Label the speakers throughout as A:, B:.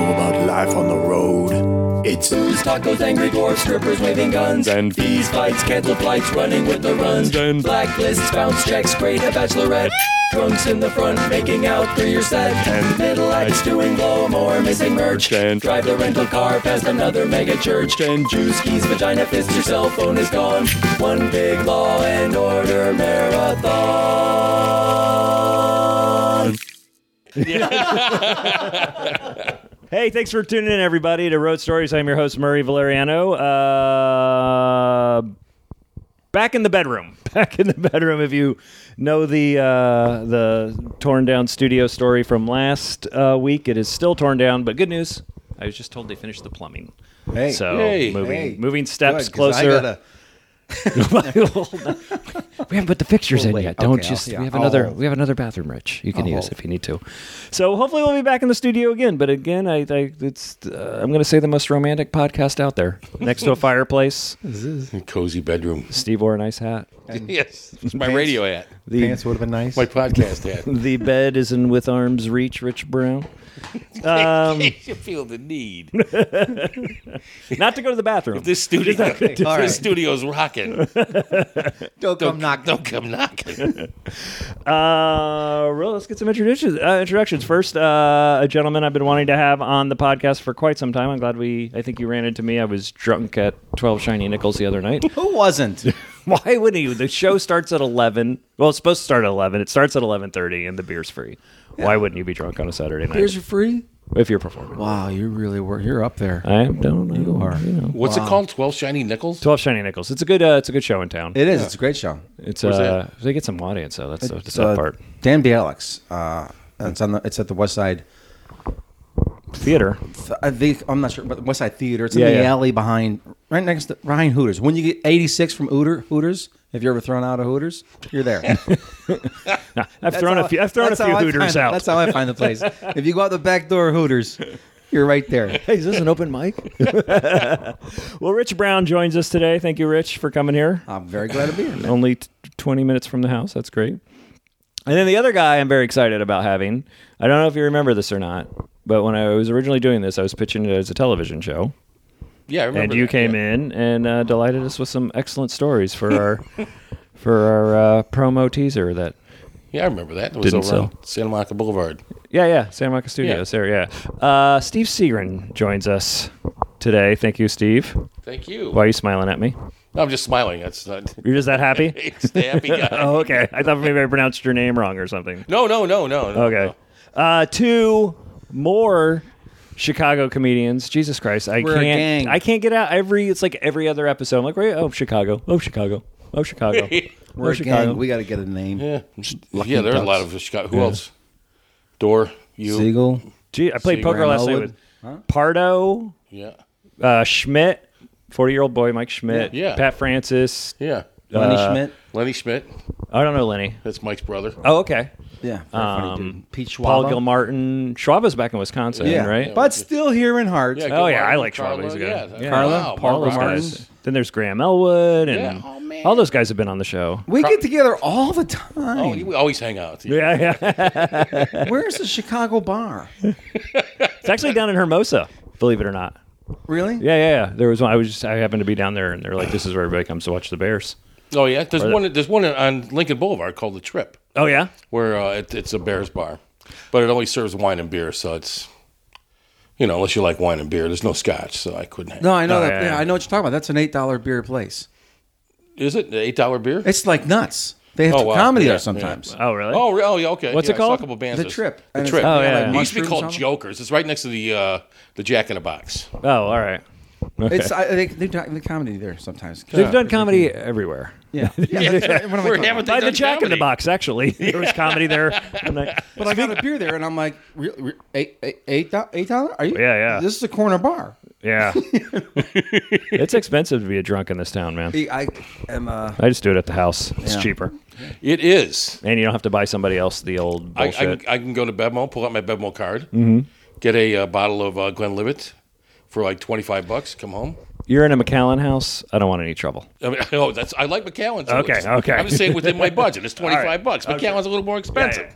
A: life on the road. It's
B: These tacos, angry dwarfs, strippers waving guns.
C: And-
B: these fights, cancel flights, running with the runs.
C: And-
B: Blacklists, bounce checks, great a bachelorette. Drunks in the front, making out through your set.
C: And-
B: middle acts doing blow more, missing merch.
C: And-
B: drive the rental car past another mega church.
C: And-
B: juice keys, vagina fist, your cell phone is gone. One big law and order marathon.
D: Hey, thanks for tuning in, everybody, to Road Stories. I'm your host, Murray Valeriano. Uh, back in the bedroom. Back in the bedroom. If you know the uh, the torn down studio story from last uh, week, it is still torn down. But good news, I was just told they finished the plumbing.
E: Hey.
D: so
C: Hey.
D: moving
E: Hey.
D: moving steps
E: Good, 'cause I
D: closer.
E: gotta-
D: we haven't put the fixtures in
E: wait,
D: yet. Don't
E: okay,
D: just
E: I'll- yeah,
D: we have another
E: I'll-
D: we have another bathroom, Rich. You can
E: I'll
D: use
E: hold.
D: if you need to. So hopefully we'll be back in the studio again. But again, I, I it's uh, I'm going to say the most romantic podcast out there, next to a fireplace.
C: Cozy bedroom.
D: Steve wore a nice hat.
C: yes. It's my radio hat.
D: The
E: pants would have been nice.
C: My podcast hat.
D: the bed is in with arms reach, Rich Brown.
C: you feel the need.
D: Not to go to the bathroom.
C: This studio, this
E: All right.
C: studio's rocking.
E: don't come knock.
C: Don't come knocking.
D: Uh, well, let's get some introductions. Uh, introductions first. Uh, a gentleman I've been wanting to have on the podcast for quite some time. I'm glad we. I think you ran into me. I was drunk at Twelve Shiny Nickels the other night.
E: Who wasn't?
D: Why wouldn't you? The show starts at eleven. Well, it's supposed to start at eleven. It starts at eleven thirty, and the beer's free. Why wouldn't you be drunk on a Saturday night
E: Beers are free.
D: if you're performing?
E: Wow, you really were. You're up there.
D: I don't. know. You
E: are.
D: know.
C: What's it called? Twelve shiny nickels.
D: Twelve Shiny Nickels. It's a good. Uh, it's a good show in town.
E: It is. It's a great show.
D: it's
C: Where's
D: uh, they get some audience though. That's the
E: It's,
D: that's that
E: uh,
D: part.
E: Dan Bialek's. Uh, it's on the. It's at the West Side.
D: Theater.
E: I think I'm not sure, but West Side Theater. It's in
D: Yeah,
E: the
D: yeah.
E: alley behind, right next to Ryan Hooters. When you get 86 from Hooter, Hooters, if you're ever thrown out of Hooters, you're there.
D: I've thrown a few. I've thrown a
E: That's how
D: few
E: I
D: hooters
E: find-
D: out.
E: That's how I find the place. if you go out the back door of Hooters, you're right there.
D: Hey, is this an open mic? well, Rich Brown joins us today. Thank you, Rich, for coming here.
E: I'm very glad to be here. man.
D: Only t- 20 minutes from the house. That's great. And then the other guy I'm very excited about having. I don't know if you remember this or not, but when I was originally doing this, I was pitching it as a television show.
C: Yeah, I
D: And
C: remember.
D: you
C: that,
D: came
C: yeah.
D: in and uh, delighted us with some excellent stories for our for our uh, promo teaser that
C: Yeah, I remember that. It was
D: Didn't
C: over on Santa Monica Boulevard.
D: Yeah, yeah, San Marcos Studios
C: Yeah.
D: there, yeah. Uh, Steve Segrin joins us today. Thank you, Steve.
C: Thank you.
D: Why are you smiling at me?
C: No, I'm just smiling. That's not.
D: You're just that happy?
C: It's the happy guy.
D: Oh, okay. I thought maybe I pronounced your name wrong or something.
C: No, no, no, no. no,
D: Okay.
C: Oh, no.
D: Uh, two more Chicago comedians. Jesus Christ, I
E: We're a
D: can't.
E: gang.
D: I can't get out every. It's like every other episode. I'm like, wait, oh Chicago, oh Chicago, oh Chicago.
E: We're
D: oh,
E: a
D: Chicago.
E: gang. We got to get a name.
C: Yeah, yeah. There are a lot of Chicago. Who else? Door. You.
E: Siegel.
D: Gee, I played
C: Segrin,
D: poker last night
E: Elwood.
D: with Pardo,
C: Yeah.
D: uh, Schmidt, forty year old boy Mike Schmidt,
C: Yeah.
D: Pat Francis.
C: Yeah.
D: Uh,
E: Lenny Schmidt.
C: Lenny Schmidt.
D: I don't know Lenny.
C: That's Mike's brother.
D: Oh, okay.
E: Yeah. very funny dude. Pete
D: um, Paul
E: Schwab.
D: Gilmartin. Schwaba's back in Wisconsin,
E: Yeah.
D: right?
E: But still here in heart.
C: Yeah,
D: Oh, yeah,
C: Gilmartin,
D: I like
C: Carla,
D: Schwab. He's a good-
C: Yeah,
D: yeah.
E: Carla,
C: wow,
E: Paul
C: all those
D: Those
E: Martin.
C: guys.
D: guys. Then there's Graham Elwood, and
C: Yeah. Oh, man.
D: all those guys have been on the show.
E: We get together all the time.
C: Oh, you- we always hang out.
D: Yeah, yeah.
E: Where's the Chicago bar?
D: it's actually down in Hermosa, believe it or not.
E: Really?
D: Yeah, yeah, yeah. There was one. I was just I happened to be down there, and they're like, "This is where everybody comes to watch the Bears."
C: Oh yeah. There's one. There's one on Lincoln Boulevard called the Trip,
D: Oh yeah,
C: where uh, it, it's a Bears bar, but it only serves wine and beer. So it's, you know, unless you like wine and beer, there's no scotch. So I couldn't.
E: No, I know that.
D: Oh, yeah,
E: Yeah,
D: yeah.
E: I know what you're talking about. That's an eight dollar beer place.
C: Is it an eight dollar beer?
E: It's like nuts. They have
C: Oh,
E: to
C: wow.
E: comedy
C: Yeah,
E: there sometimes.
C: yeah.
D: Oh really?
C: Oh, re- oh, yeah, okay.
D: What's
C: yeah,
D: it
C: I saw a
D: called?
C: couple bands
E: The
C: this-
E: trip.
C: The
E: And it's
C: trip.
E: got,
D: Oh, yeah,
E: like,
D: yeah.
C: It used to be
E: mushrooms
C: called
E: on it.
C: Jokers. It's right next to the uh, the Jack in the Box.
D: Oh, all right. Okay.
E: It's I, they, they do the comedy there sometimes.
D: They've done comedy everywhere.
E: Yeah. yeah. that's right. What am I Oh,
C: Where
E: talking
C: haven't
E: about?
C: they
D: By the
C: done
D: Jack in the
C: comedy?
D: Box, actually, there was comedy there. And I-
E: But I got a beer there, and I'm like, re- re- eight, eight, eight, do- eight dollar? Are you?
D: Yeah, yeah.
E: This is a corner bar.
D: yeah, it's expensive to be a drunk in this town, man.
E: I am. Uh,
D: I just do it at the house. It's
E: Yeah.
D: cheaper,
C: It is.
D: and you don't have to buy somebody else the old
C: I, I,
D: bullshit.
C: can- I can go to Bevmo, pull out my Bevmo card,
E: Mm-hmm.
C: get a uh, bottle of uh, Glenlivet for like twenty five bucks. Come home.
D: You're in a McAllen house. I don't want any trouble.
C: I mean, oh, that's I like McAllen. Too.
D: Okay, okay.
C: I'm just saying within my budget, it's twenty five
D: right,
C: bucks. McAllen's a little more expensive.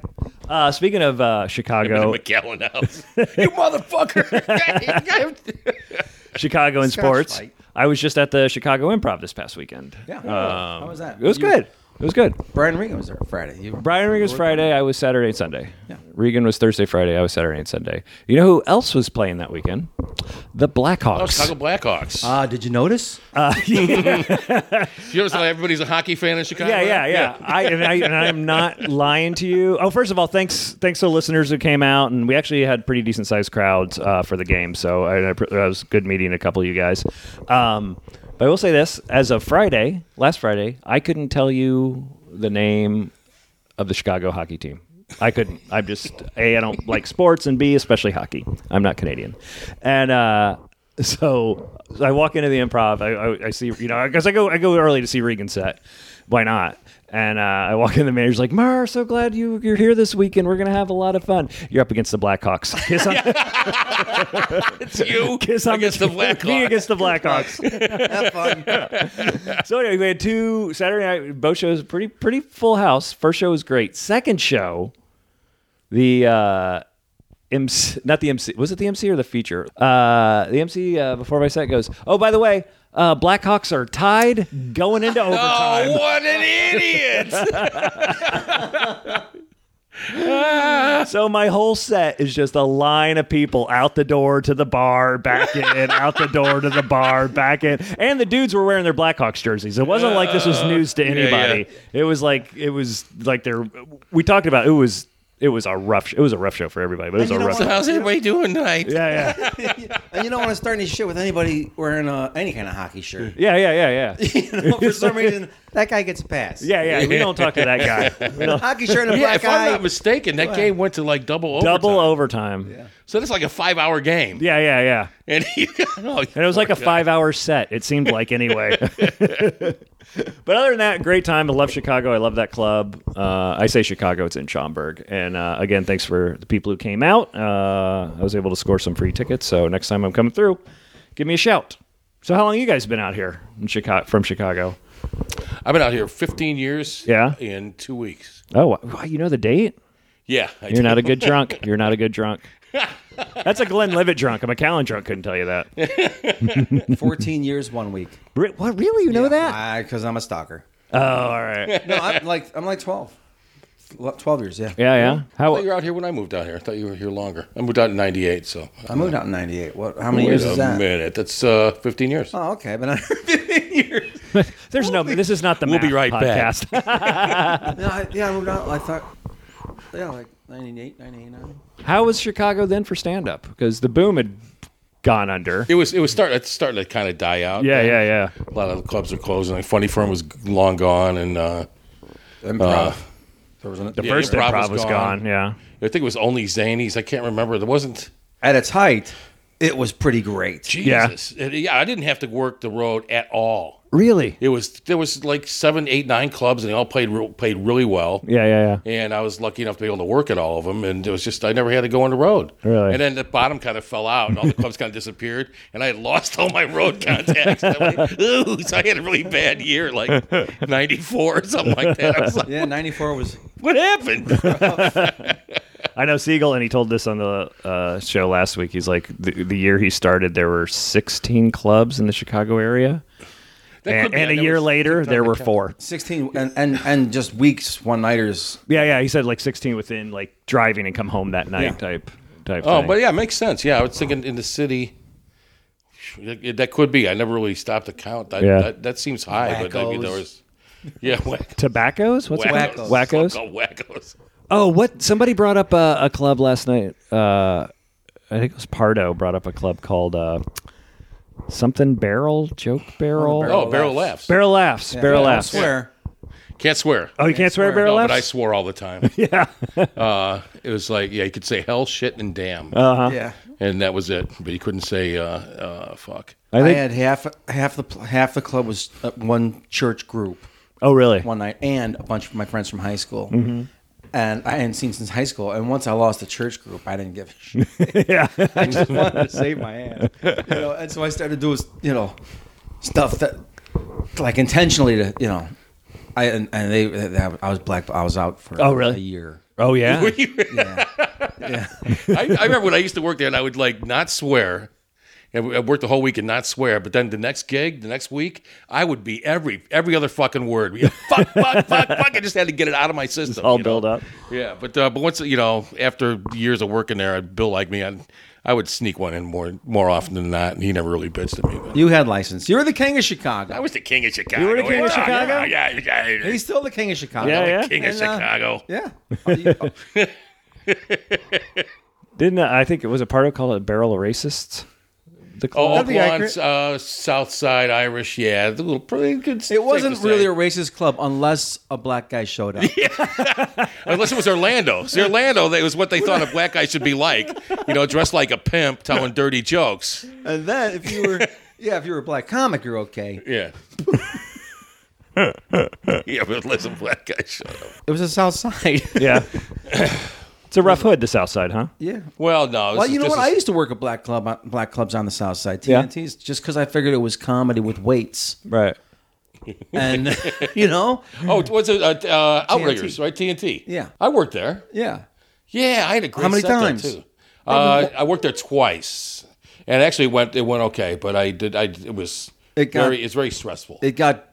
D: Uh, speaking of uh, Chicago,
C: McGowan House. you motherfucker.
D: Chicago and
E: Scotch
D: sports.
E: fight.
D: I was just at the Chicago Improv this past weekend.
C: Um,
E: Yeah. How was that?
D: It was good. It was good.
E: Brian Regan was there Friday. You,
D: Brian Regan was Friday. I was Saturday and Sunday. Regan was Thursday, Friday. I was Saturday and Sunday. You know who else was playing that weekend? The
C: Oh,
D: Blackhawks.
C: Chicago Blackhawks.
E: uh, did you notice?
C: you notice how everybody's a hockey fan in Chicago?
D: uh, yeah, yeah, yeah. I, and I and I'm not lying to you. Oh, first of all, thanks thanks to listeners who came out, and we actually had pretty decent sized crowds uh, for the game. So I, I pr- I was good meeting a couple of you guys. Um, but I will say this: as of Friday, last Friday, I couldn't tell you the name of the Chicago hockey team. I couldn't. I'm just a. I don't like sports, and b especially hockey. I'm not Canadian, and uh, so I walk into the improv. I, I, I see you know because I go I go early to see Regan set. Why not? And uh, I walk in. The manager's like, "Mar, so glad you you're here this weekend. We're gonna have a lot of fun. You're up against the Blackhawks. Kiss on,
C: It's you
D: kiss on
C: against the
D: Me
C: Blackhawks.
D: against the Blackhawks.
E: Have fun.
D: So anyway, we had two Saturday night both shows, pretty pretty full house. First show was great. Second show, the uh MC, not the MC, was it the MC or the feature? Uh the MC uh, before my set goes, "Oh, by the way, uh Blackhawks are tied going into overtime."
C: Oh, what an idiot!
D: So my whole set is just a line of people out the door to the bar, back in, out the door to the bar, back in. And the dudes were wearing their Blackhawks jerseys. It wasn't like this was news to anybody. It was like it was like they're we talked about it was it was a rough it was a rough show for everybody, but it was a
E: you know
D: rough
E: what?
D: show.
C: How's everybody doing tonight?
D: Yeah, yeah.
E: and you don't want to start any shit with anybody wearing uh, any kind of hockey shirt.
D: Yeah, yeah, yeah, yeah.
E: you know, for some reason, that guy gets a pass.
D: Yeah, yeah. We don't talk to that guy. We don't-
E: Hockey shirt and a
C: Yeah,
E: black
C: if I'm
E: eye.
C: not mistaken, that game went to like double overtime.
D: Double overtime. Yeah,
C: So that's like a five-hour game,
D: yeah, yeah.
C: and you, oh,
D: And it was like a five hour set, it seemed like anyway. but other than that, great time. I love Chicago. I love that club. Uh, I say Chicago, it's in Schaumburg. And uh, again, thanks for the people who came out. Uh, I was able to score some free tickets. So next time I'm coming through, give me a shout. So, how long you guys been out here in Chicago, from Chicago?
C: I've been out here 15 years.
D: Yeah.
C: in two weeks.
D: Oh, wow, you know the date?
C: Yeah, I
D: You're not a good drunk. You're not a good drunk. That's a Glenn Levitt drunk. A McAllen drunk couldn't tell you that.
E: 14 years, one week.
D: Re- What, really? You know that?
E: Because I'm a stalker.
D: Oh, all right.
E: No, I'm like I'm like 12. Lo- 12 years, yeah.
D: Yeah, yeah.
C: thought
D: How?
C: you were out here when I moved out here. I thought you were here longer. I moved out in '98, so
E: I moved out in 98. What? How many
C: wait
E: years
C: a
E: is that?
C: minute. That's uh, 15 years.
E: Oh, okay. But I 15 years.
D: There's no. This is not the.
C: We'll be
D: math
C: right back.
D: podcast.
E: No, I, yeah, I moved out. I thought, yeah, like 98, 99.
D: How was Chicago then for stand up? Because the boom had gone under.
C: It was it was start, it's starting to kind of die out.
D: Yeah, yeah, yeah.
C: A lot of the clubs are closing. Like Funny Firm was long gone, and uh,
E: Improv. there was an,
D: The
C: Yeah,
D: first
C: improv
D: improv
C: was
D: was gone.
C: gone.
D: Yeah.
C: I think it was only Zanies. I can't remember. There wasn't
E: at its height, it was pretty great.
C: Jesus. It- yeah, I didn't have to work the road at all.
D: Really?
C: It was there was like seven, eight, nine clubs, and they all played real played really well.
D: Yeah, yeah, yeah.
C: and I was lucky enough to be able to work at all of them. And it was just I never had to go on the road.
D: Really?
C: And then the bottom kind of fell out, and all the clubs kind of disappeared, and I had lost all my road contacts. I went, Ooh, so I had a really bad year, like '94 or something like that. I was like,
E: Yeah, 94 was.
C: what happened?
D: I know Siegel, and he told this on the uh, show last week. He's like, the, the year he started, there were 16 clubs in the Chicago area, and, and a year later, there were four.
E: 16 and, and, and just weeks, one nighters.
D: Yeah, yeah. He said like 16 within like driving and come home that night type type.
C: Oh,
D: thing.
C: but yeah, it makes sense. Yeah, I was thinking in the city. That that could be. I never really stopped to count. That,
D: Yeah.
C: that, that seems high, but I mean, there
E: Wackos.
C: was. Yeah, wack,
D: tobaccos? What's it
C: wackos.
D: called?
C: Fuck
D: Wackos.
C: all wackos.
D: Oh, what? Somebody brought up a, a club last night. Uh, I think it was Pardo brought up a club called uh, something Barrel Joke Barrel.
E: Barrel.
C: Oh, barrel laughs.
D: Barrel laughs. barrel
E: I
D: laughs.
E: swear.
C: Can't swear.
D: Oh, you can't swear,
E: swear.
D: barrel
C: No,
D: laughs.
C: but I swore all the time. yeah. uh, it was like, yeah, you could say hell, shit, and damn.
E: Yeah.
C: and that was it. But you couldn't say, uh, uh, fuck.
D: I
E: I,
D: think.
E: had half half the pl- half the club was uh, one church group
D: oh, really?
E: one night, and a bunch of my friends from high school. And I hadn't seen since high school. And once I lost the church group, I didn't give a shit. I just wanted to save my ass. You know, and so I started doing you know stuff that like intentionally to you know. I and, and they, they I was black. I was out for
D: Oh, really?
E: a year.
D: Oh yeah.
C: Were you- I, I remember when I used to work there, and I would like not swear. And I worked the whole week and not swear, but then the next gig, the next week, I would be every every other fucking word. Yeah, fuck, fuck, fuck, fuck. I just had to get it out of my system.
D: All
C: you know?
D: build up.
C: Yeah, but uh, but once you know, after years of working there, Bill like me, I I would sneak one in more more often than not, and he never really bitched at me. But
E: You had license. You were the king of Chicago.
C: I was the king of Chicago.
D: were the king of
C: Yeah,
D: Chicago?
C: Yeah, yeah, yeah.
E: He's still the king of Chicago.
D: Yeah, yeah.
C: King of
E: And, uh,
C: Chicago.
E: Yeah. Oh, you- oh,
D: Didn't uh, I think it was a part of called it Barrel of Racists? The
C: Oh,
D: club.
E: That'd be
C: Oaklawn's, uh, South Side Irish. Yeah, the little pretty good.
E: It wasn't
C: thing to
E: really a
C: say.
E: racist club unless a black guy showed up.
C: unless it was Orlando. See, Orlando, that was what they thought a black guy should be like. You know, dressed like a pimp, telling dirty jokes.
E: And then if you were, yeah, if you were a black comic, you're okay.
C: Yeah. yeah, but listen, black guy, shut up.
E: It was a South Side.
D: yeah. it's a rough hood, the South Side, huh?
E: yeah.
C: Well, no. this
E: Well,
C: is
E: you know
C: just
E: what?
C: a-
E: I used to work at black club, on, black clubs on the South Side,
D: Yeah.
E: TNT's, just because I figured it was comedy with weights,
D: Right.
E: and you know,
C: Oh, what's it? Uh, uh, Outriggers, right? TNT.
E: Yeah.
C: I worked there.
E: yeah,
C: Yeah, I had a great
E: How many
C: set there,
E: times?
C: too. Uh, I worked there twice, and actually it went it went okay, but I did I it was
E: It got-
C: very it's very stressful.
E: it got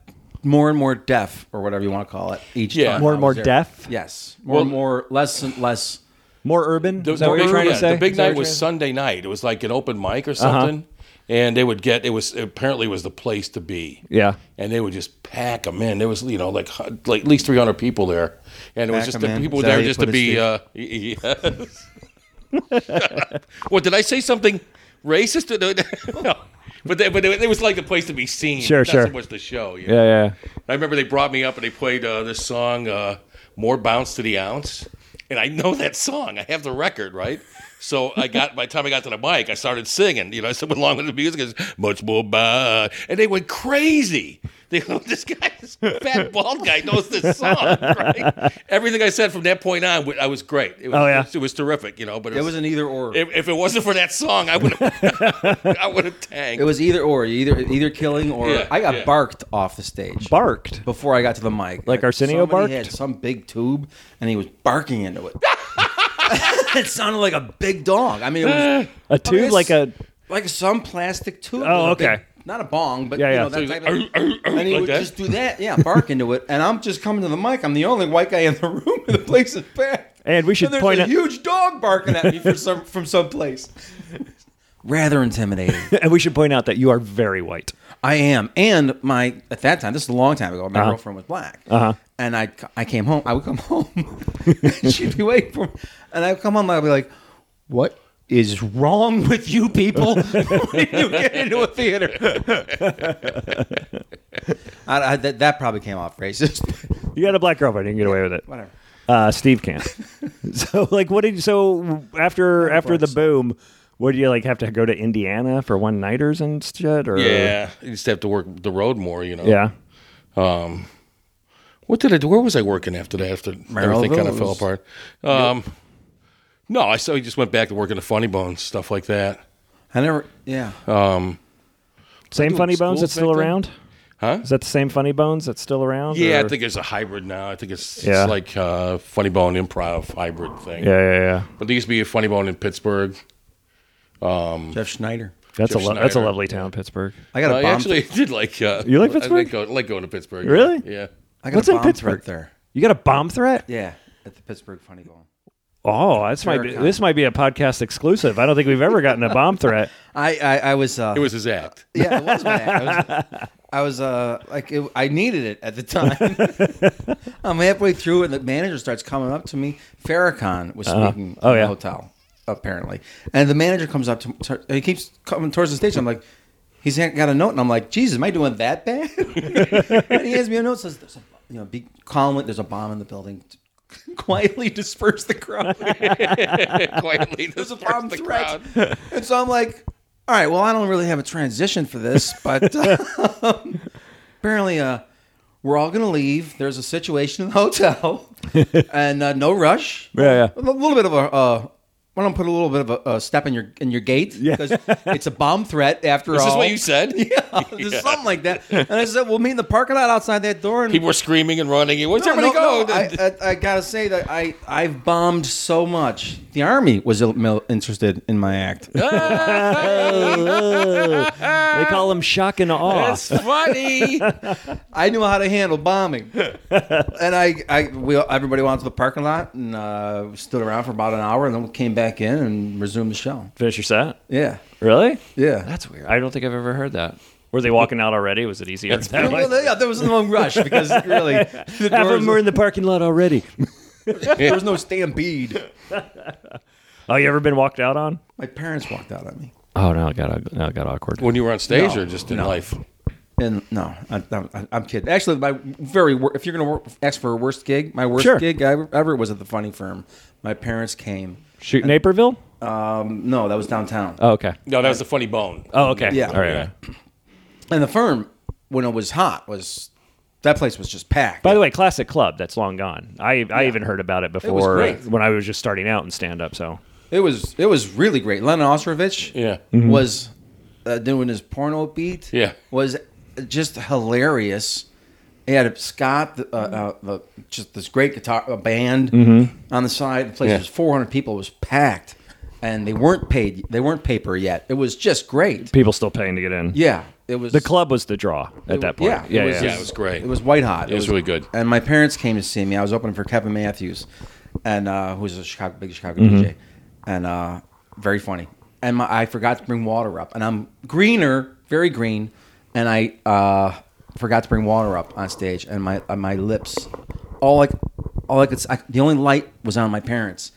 E: more and more deaf or whatever you want to call it each
C: Yeah.
E: time.
D: More
E: I
D: and more
E: was there.
D: deaf,
E: Yes, more and
C: Well-
E: more less and less.
D: more urban.
C: The,
D: Is that
C: the
D: what
C: big,
D: you're trying
C: yeah,
D: to Uh-huh. say?
C: the big
D: Is that what
C: night
D: you're
C: was Sunday night. It was like an open mic or something, and they would get it was apparently it was the place to be.
D: Yeah.
C: and they would just pack them in. There was you know like hu- like at least three hundred people there, and it
E: Pack
C: was just
E: 'em
C: the
E: in.
C: people
E: Is
C: were
E: that how
C: there
E: you
C: just
E: put it,
C: to be.
E: Steve?
C: Uh, yes. what did I say something racist? no. But, they, but it it was like the place to be seen.
D: Sure,
C: not
D: sure.
C: so much the show. you know.
D: Yeah, yeah.
C: I remember they brought me up and they played uh, this song, uh, "More Bounce to the Ounce," and I know that song. I have the record, right? So I got by the time I got to the mic, I started singing. You know, I said along with the music is much more bad, and they went crazy. They go, this guy, this fat bald guy, knows this song. Right? Everything I said from that point on, I was great. It was,
D: Oh, yeah.
C: it was, terrific. You know, but it,
E: It
C: was.
E: was an either or.
C: if, if it wasn't for that song, I would have. I would have tanked.
E: It was either or. You either either killing or
C: Yeah,
E: I got
C: yeah.
E: barked off the stage.
D: Barked.
E: before I got to the mic.
D: Like Arsenio
E: Somebody
D: barked?
E: had some big tube, and he was barking into it. it sounded like a big dog. I mean, it was
D: A tube
E: it's-
D: like a
E: like some plastic tube.
D: Oh,
E: with a big-
D: okay.
E: not a bong, but
D: Yeah, yeah.
E: you know
D: So
E: that
C: he's
E: type
C: like,
E: of.
C: "Arr, arr, arr,"
E: And he
C: like
E: would
C: that.
E: just do that, yeah, bark into it, and I'm just coming to the mic. I'm the only white guy in the room, and the place is packed.
D: And we should
E: there's
D: point
E: a
D: out-
E: huge dog barking at me from some from some place. Rather intimidating.
D: and we should point out that you are very white.
E: I am, and my at that time, this is a long time ago. My
D: Uh-huh.
E: girlfriend was black,
D: Uh-huh.
E: and I I came home. I would come home, and she'd be waiting for me, and I would come home. and I'd be like, "What is wrong with you people when you get into a theater?" I, I, that, that probably came off racist.
D: You got a black girlfriend, you can get away with it.
E: Whatever.
D: Uh, Steve can't. so like what did you so after after the boom, what do you like have to go to Indiana for one nighters and shit or
C: yeah, you just have to work the road more. You know.
D: Yeah.
C: What did I do? Where was I working after that? After everything kind of fell
E: Rose.
C: apart. Um, No, I so he just went back to working the Funny Bones stuff like that.
E: I never. Yeah.
D: Same
C: doing
D: funny bones
C: schools
D: that's still
C: back then?
D: around?
C: Huh?
D: Is that the same funny bones that's still around?
C: Yeah,
D: or-
C: I think it's a hybrid now. I think it's, it's
D: Yeah.
C: like uh, Funny Bone improv hybrid thing.
D: Yeah, yeah, yeah.
C: But there used to be a Funny Bone in Pittsburgh.
E: Jeff Schneider.
D: That's
C: Jeff
D: a lo- that's a
C: Snyder.
D: lovely town, Pittsburgh.
E: I got a
C: I
E: bomb.
C: actually did like. Uh,
D: You like
C: I
D: Pittsburgh?
C: like, go, like going to Pittsburgh.
D: Really?
C: Yeah.
E: I got
D: What's
E: a
D: in
E: bomb threat
D: Pittsburgh?
E: there.
D: You got a bomb threat?
E: Yeah, at the Pittsburgh Funny Bone.
D: Oh, this might be,
E: Farrakhan.
D: this might be a podcast exclusive. I don't think we've ever gotten a bomb threat.
E: I I, I was. Uh,
C: It was his act.
E: Yeah, it was my act. I was, I was uh, like, it, I needed it at the time. I'm halfway through, and the manager starts coming up to me. Farrakhan was speaking
D: Oh,
E: in
D: yeah.
E: the hotel, apparently. And the manager comes up to tar- he keeps coming towards the stage. I'm like, he's got a note, and I'm like, Jesus, am I doing that bad? and he hands me a note, says, there's a, you know, be calm, there's a bomb in the building. Quietly disperse the crowd.
C: Quietly. There's
E: a bomb threat. And so I'm like, all right, well, I don't really have a transition for this, but um, apparently, uh, we're all gonna leave. There's a situation in the hotel, and uh, no rush.
D: Yeah,
E: A little bit of a. Uh, why don't I put a little bit of a, a step in your in your gate?
D: Yeah.
E: because it's a bomb threat after
C: Is
E: all.
C: this what you said? Yeah.
E: Just something like that. And I said, we'll meet in the parking lot outside that door. And
C: People were screaming and running. Where's
E: No,
C: everybody
E: no, no,
C: go?
E: I, I, I gotta say that I I've bombed so much. The army was ill- mil- interested in my act.
D: They call him shock and awe.
C: That's funny.
E: I knew how to handle bombing, and I I we everybody went to the parking lot and uh, stood around for about an hour, and then we came back in and resumed the show.
D: Finish your set.
E: Yeah,
D: Really?
E: yeah.
D: That's weird. I don't think I've ever heard that. Were they walking out already? Was it easier? that way?
E: well, yeah, there was no rush because really, the
D: Half of
E: doors,
D: them were in the parking lot already.
E: there was no stampede.
D: Oh, you ever been walked out on?
E: My parents walked out on me,
D: Oh no, it got now it got awkward.
C: when you were on stage or just in life?
E: and no, I, I, I'm kidding. Actually, my very wor- if you're gonna wor- ask for a worst gig, my worst
D: Sure.
E: gig I ever, ever was at the Funny Firm. My parents came.
D: Shoot Naperville?
E: No, that was downtown.
D: Oh, okay.
C: No, that was the funny bone.
D: Oh, okay.
E: Yeah.
D: All right.
C: Yeah.
E: And the firm, when it was hot, was that place was just packed.
D: By the way, classic club that's long gone. I I even heard about it before
E: great.
D: when I was just starting out in stand up. So
E: it was it was really great. Lennon Ostrovich,
C: Yeah.
E: was uh, doing his porno beat.
C: Yeah.
E: was just hilarious. He had Scott, uh, uh, the, just this great guitar uh, band on the side. The place
C: Yeah.
E: was 400 people. It was packed, and they weren't paid. They weren't paper yet. It was just great.
D: people still paying to get in.
E: Yeah, it was
D: The club was the draw at that point.
E: Yeah,
D: Yeah.
E: it was,
C: yeah. Yeah, it was great.
E: It was white hot. It,
C: was really good.
E: And my parents came to see me. I was opening for Kevin Matthews, and uh, who's a Chicago, big Chicago
D: Mm-hmm.
E: DJ, and uh, very funny. And my, I forgot to bring water up, and I'm greener, very green, and I uh, forgot to bring water up on stage, and my uh, my lips, all like, all I could, s- I, the only light was on my parents.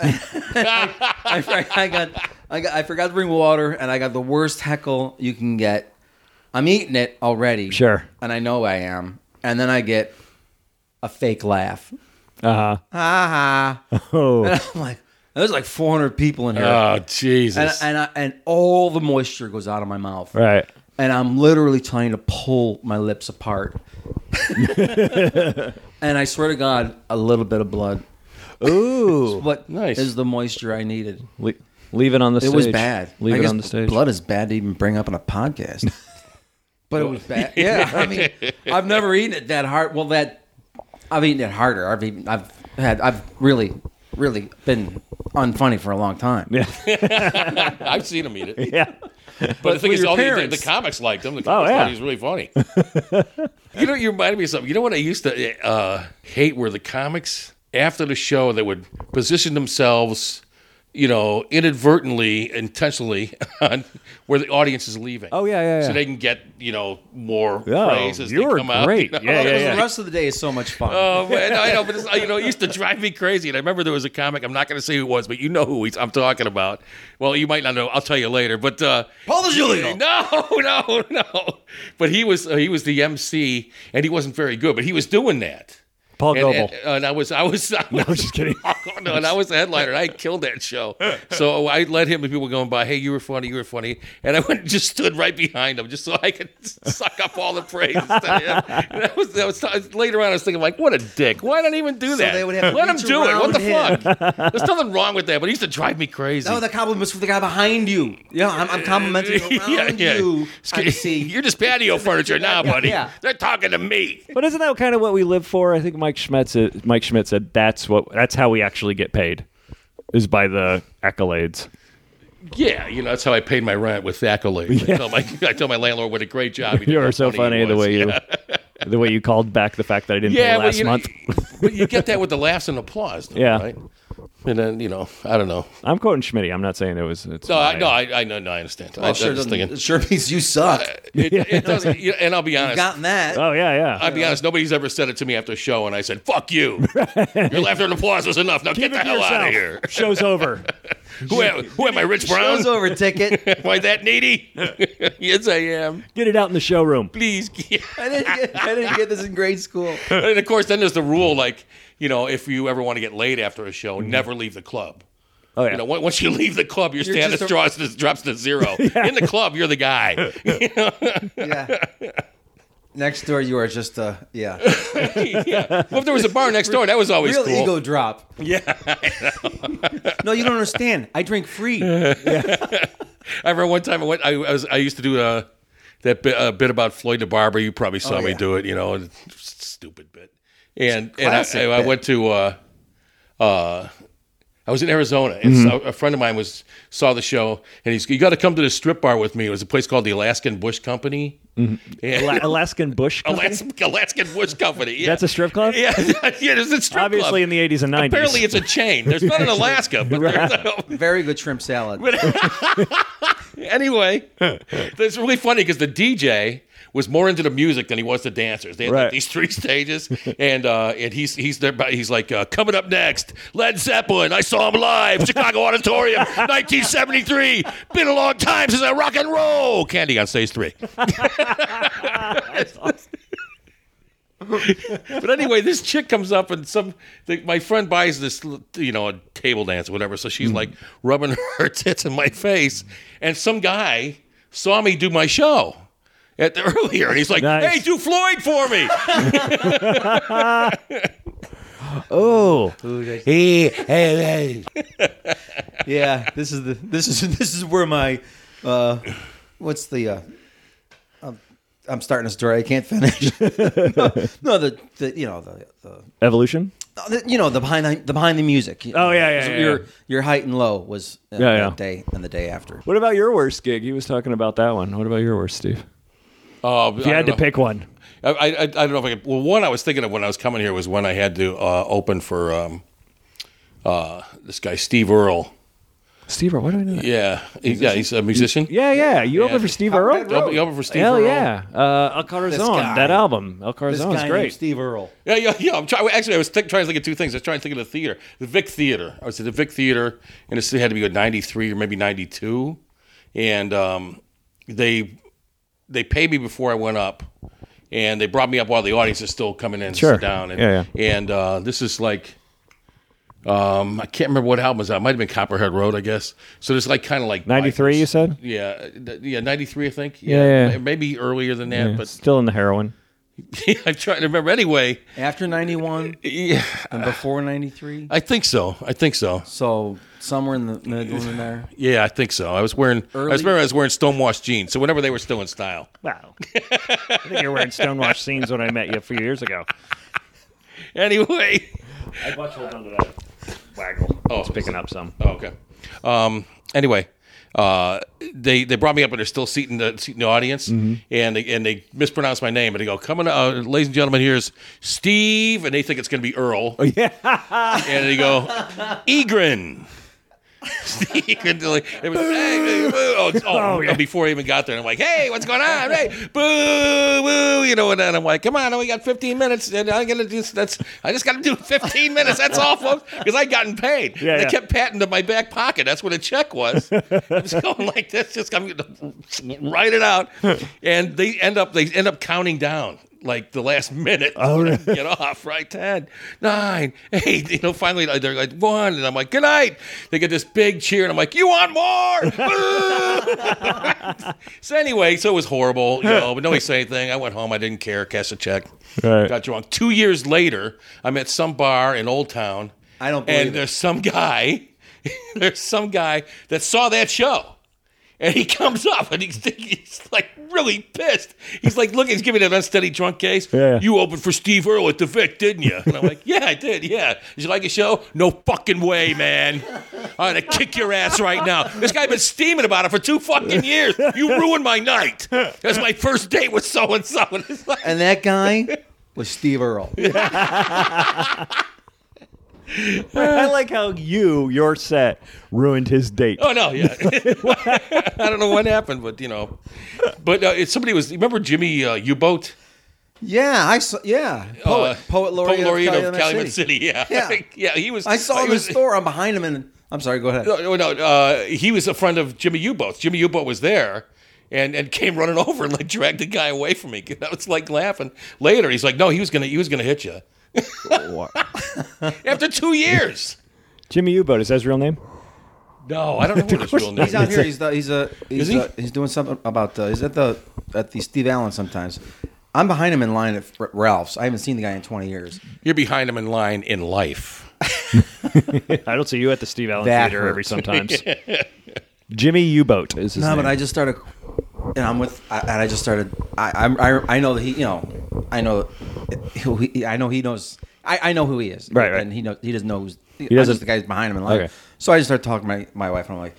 E: I, for- I got, I got, I forgot to bring water, and I got the worst heckle you can get. I'm eating it already,
D: Sure.
E: and I know I am, and then I get a fake laugh.
D: Uh huh.
E: Ha ha!
D: Oh.
E: And I'm like, there's like 400 people in here,
D: Uh,
C: Oh,
E: and
C: Jesus.
E: and, I, and all the moisture goes out of my mouth,
D: Right.
E: and I'm literally trying to pull my lips apart. and I swear to God, a little bit of blood.
D: Ooh.
E: What
C: Nice.
E: is the moisture I needed?
D: Le- leave it on the stage.
E: It was bad.
D: Leave
E: I
D: it
E: guess
D: on the stage.
E: Blood is bad to even bring up on a podcast. but it was bad. Yeah, I mean, I've never eaten it that hard. Well, that I've eaten it harder. I've eaten, I've had. I've really, really been unfunny for a long time. Yeah.
C: I've seen him eat it.
D: Yeah.
C: But the thing
E: with
C: is,
E: your
C: all the,
E: parents.
C: the comics liked him. The
D: Oh,
C: comics
D: yeah.
C: thought he was really funny. you know, you reminded me of something. You know what I used to uh, hate were the comics after the show that would position themselves, you know, inadvertently, intentionally, on where the audience is leaving.
D: Oh, yeah, yeah, yeah.
C: So they can get you know more
D: Oh,
C: praise as they
D: you were
C: come out,
D: great.
C: you know?
D: Yeah, yeah, yeah.
E: The rest of the day is so much fun.
C: Oh, man, I know, but it's, you know, it used to drive me crazy. And I remember there was a comic. I'm not going to say who it was, but you know who he's, I'm talking about. Well, you might not know. I'll tell you later. But uh,
E: Paul DeJulio.
C: No, no, no. But he was uh, he was the MC, and he wasn't very good. But he was doing that.
D: Paul
C: And,
D: Goebel.
C: and, uh, and I was I was I was
D: I'm just kidding.
C: no, and I was the headliner. and I killed that show. So I let him and people going by, hey, you were funny, you were funny. And I went and just stood right behind him just so I could suck up all the praise. instead of him. And that was, that was, later on, I was thinking, like, what a dick. Why not even do that?
E: they would have to
C: let him
E: reach
C: do it. What the
E: around
C: fuck? There's nothing wrong with that, but he used to drive me crazy.
E: No, Oh, the compliments for the guy behind you. Yeah, I'm, I'm complimenting around you. I can see.
C: You're just patio furniture now, buddy.
E: yeah.
C: They're talking to me.
D: But isn't that kind of what we live for? I think Mike Schmidt said, Mike Schmidt said that's what that's how we actually get paid is by the accolades.
C: Yeah, you know that's how I paid my rent with accolades. I, tell my, I tell my landlord what a great job he did.
D: You
C: how
D: are so funny,
C: he
D: the
C: was.
D: way you the way you called back the fact that I didn't
C: yeah,
D: pay last
C: but, you know,
D: month.
C: but you get that with the laughs and applause. Though,
D: Yeah.
C: right? And then you know, I don't know.
D: I'm quoting Schmidt. I'm not saying it was. It's
C: No, I,
D: my-
C: no, I, I know, no, I understand. I,
E: Well,
C: I
E: sure,
C: was
E: doesn't-
C: thinking.
E: it sure means you suck.
C: It, it doesn't, you know, and I'll be honest.
E: Gotten that?
D: Oh yeah, yeah.
C: I'll be honest. Nobody's ever said it to me after a show, and I said, "Fuck you! Your laughter and applause was enough. Now
D: Keep
C: get the
D: it to
C: hell
D: yourself.
C: out of here."
D: Show's over.
C: Who am, who am I, Rich Brown?
E: Show's over ticket.
C: Am I that needy? yes, I am.
D: Get it out in the showroom.
C: Please.
E: I didn't, get, I didn't get this in grade school.
C: and of course, then there's the rule like, you know, if you ever want to get laid after a show,
D: Mm-hmm.
C: never leave the club.
D: Oh
C: You
D: yeah.
C: know, on- once you leave the club, your
E: You're
C: status
E: just a-
C: draws drops to zero. In the club, you're the guy.
E: Yeah. Next door, you are just a yeah,
C: yeah. Well, if there was a bar next door, that was always
E: real
C: cool.
E: ego drop. Yeah. no, you don't understand. I drink free.
C: I remember one time I went. I, I was. I used to do a. that bit, uh, bit about Floyd DeBarber. You probably saw
E: Oh,
C: me
E: yeah.
C: do it. You know, and stupid bit. And and I,
E: classic
C: I- I
E: bit.
C: went to. Uh, uh, I was in Arizona, and so
E: Mm-hmm.
C: a friend of mine was saw the show, and he's you got to come to this strip bar with me. It was a place called the Alaskan Bush Company. And-
D: Ala- Alaskan Bush. Company?
C: Alaskan, Alaskan Bush Company. Yeah.
D: That's a strip club?
C: Yeah, yeah. There's a strip club.
D: Obviously, in the 80s and 90s.
C: Apparently, it's a chain. There's not in Alaska, but there's,
E: Very good shrimp salad.
C: anyway, it's really funny because the DJ was more into the music than he was the dancers. They had
D: Right.
C: like, these three stages, and uh, and he's he's there. but He's like uh, coming up next, Led Zeppelin. I saw him live, Chicago Auditorium, 1973. Been a long time since I rock and roll. Candy on stage three. but anyway, this chick comes up and some the, my friend buys this, you know, a table dance or whatever. So
D: Hmm.
C: she's like rubbing her tits in my face, and some guy saw me do my show at the earlier, and he's like,
D: Nice.
C: "Hey, do Floyd for me."
D: Oh.
E: yeah, this is the this is this is where my uh, what's the uh, I'm, I'm starting a story I can't finish. no, no, the, the you know the, the
D: Evolution?
E: No, the- you know the behind the, the behind the music.
D: Oh, yeah, yeah, yeah,
E: your
D: yeah.
E: your height and low was uh,
D: Yeah, yeah.
E: that day and the day after.
D: What about your worst gig? He was talking about that one. What about your worst, Steve?
C: Oh,
D: If you had to pick one.
C: I, I, I I don't know if I could. Well, one I was thinking of when I was coming here was when I had to uh, open for um, uh, this guy Steve Earle.
D: Steve, why do I know that?
C: Yeah, he, yeah, he's a musician.
D: Yeah, yeah. You open for Steve Earle?
C: Open- you open for Steve
D: Hell
C: Earle.
D: yeah. Uh, El Corazon,
E: guy.
D: that album. El
E: This
D: Corazon
E: guy
D: is
E: named
D: great.
E: Steve Earle.
C: Yeah, yeah, yeah. I'm trying. Actually, I was think trying to think of two things. I was trying to think of the theater, the Vic Theater. I was at the Vic Theater, and it had to be a '93 or maybe '92, and um, they they paid me before I went up, and they brought me up while the audience is still coming in, and
D: Sure.
C: sit down, and
D: Yeah,
C: and uh, this is like. Um, I can't remember what album was that. It might have been Copperhead Road, I guess. So there's like kind of like
D: 93, you said?
C: yeah, uh, th- yeah, ninety three, I think.
D: Yeah, yeah.
C: maybe earlier than that, but
D: Still in the heroin.
C: I'm trying to remember. Anyway,
E: After ninety one
C: yeah,
E: and before ninety three.
C: I think so. I think so.
E: So somewhere in the middle in there.
C: Yeah, I think so. I was wearing. I was
E: Early-
C: remember I was wearing stonewashed jeans. So whenever they were still in style,
D: Wow. I think you were in Stonewash scenes when I met you a few years ago.
C: anyway.
D: I watched hold on to that waggle. Oh, it's picking up some.
C: Oh, okay. Um. Anyway, uh, they they brought me up and they're still seating the seating the audience, and they and they mispronounced my name and they go, "Coming, uh, ladies and gentlemen, here's Steve," and they think it's going to be Earl. Oh yeah. and they go, "Egrin." Steve, and they're like, it was, hey, hey, boo. Oh, oh,
D: yeah.
C: before I even got there, and I'm like, "Hey, what's going on? Hey, boo, boo!" You know, and then I'm like, "Come on, we got 15 minutes, and I'm gonna do that's. I just got to do 15 minutes. That's all, folks, because I gotten paid.
D: Yeah,
C: they
D: yeah.
C: kept patting to my back pocket. That's what a check was. I was going like this, just I'm gonna write it out, and they end up they end up counting down. Like the last minute, oh, get off right ten, nine, eight. You know, finally uh, they're like one, and I'm like, good night. They get this big cheer, and I'm like, you want more? Boo! So anyway, so it was horrible, you know, but nobody said anything. I went home. I didn't care. Cash a check.
D: Right.
C: Got drunk. Two years later, I'm at some bar in Old Town.
E: I don't believe
C: And
E: it.
C: there's some guy, there's some guy that saw that show. And he comes up and he's, he's like really pissed. He's like, look, he's giving that unsteady drunk case.
D: Yeah.
C: You opened for Steve Earle at the Vic, didn't you? And I'm like, yeah, I did. Yeah. Did you like a show? No fucking way, man. I'm going to kick your ass right now. This guy been steaming about it for two fucking years. You ruined my night. That's my first date with so and so. And it's like,
E: And that guy was Steve Earle.
D: I like how you, your set, ruined his date.
C: Oh no, yeah. I don't know what happened, but you know, but uh, it, somebody was. Remember Jimmy uh, U-boat,
E: Yeah, I saw. Yeah, poet,
C: uh,
E: poet laureate,
C: of Calumet City. Yeah,
E: Yeah.
C: He was.
E: I saw
C: he
E: him in the
C: was,
E: store. I'm behind him, and I'm sorry. Go ahead.
C: No, no, uh, he was a friend of Jimmy U-boat. Jimmy U-boat was there. And, and came running over and like dragged the guy away from me. I was like laughing. Later, he's like, "No, he was gonna he was gonna hit you." After two years.
D: Jimmy U-Boat, is that his real name?
C: No, I don't know what his real name.
E: He's out
C: is.
E: here. He's the, he's a he's,
C: Is he?
E: uh he's doing something about the he's at the at the Steve Allen sometimes. I'm behind him in line at R- Ralph's. I haven't seen the guy in 20 years.
C: You're behind him in line in life.
D: I don't see you at the Steve Allen
E: That
D: Theater every
E: hurts.
D: sometimes. Jimmy U-Boat is his
E: No,
D: name.
E: but I just started and I'm with, I, and I just started. I, I'm- I I know that he, you know, I know who he, I know he knows. I, I know who he is,
D: Right, right.
E: And he knows he doesn't know who's he
D: doesn't-
E: the guys behind him in line.
D: Okay.
E: So I just started talking to my my wife, and I'm like,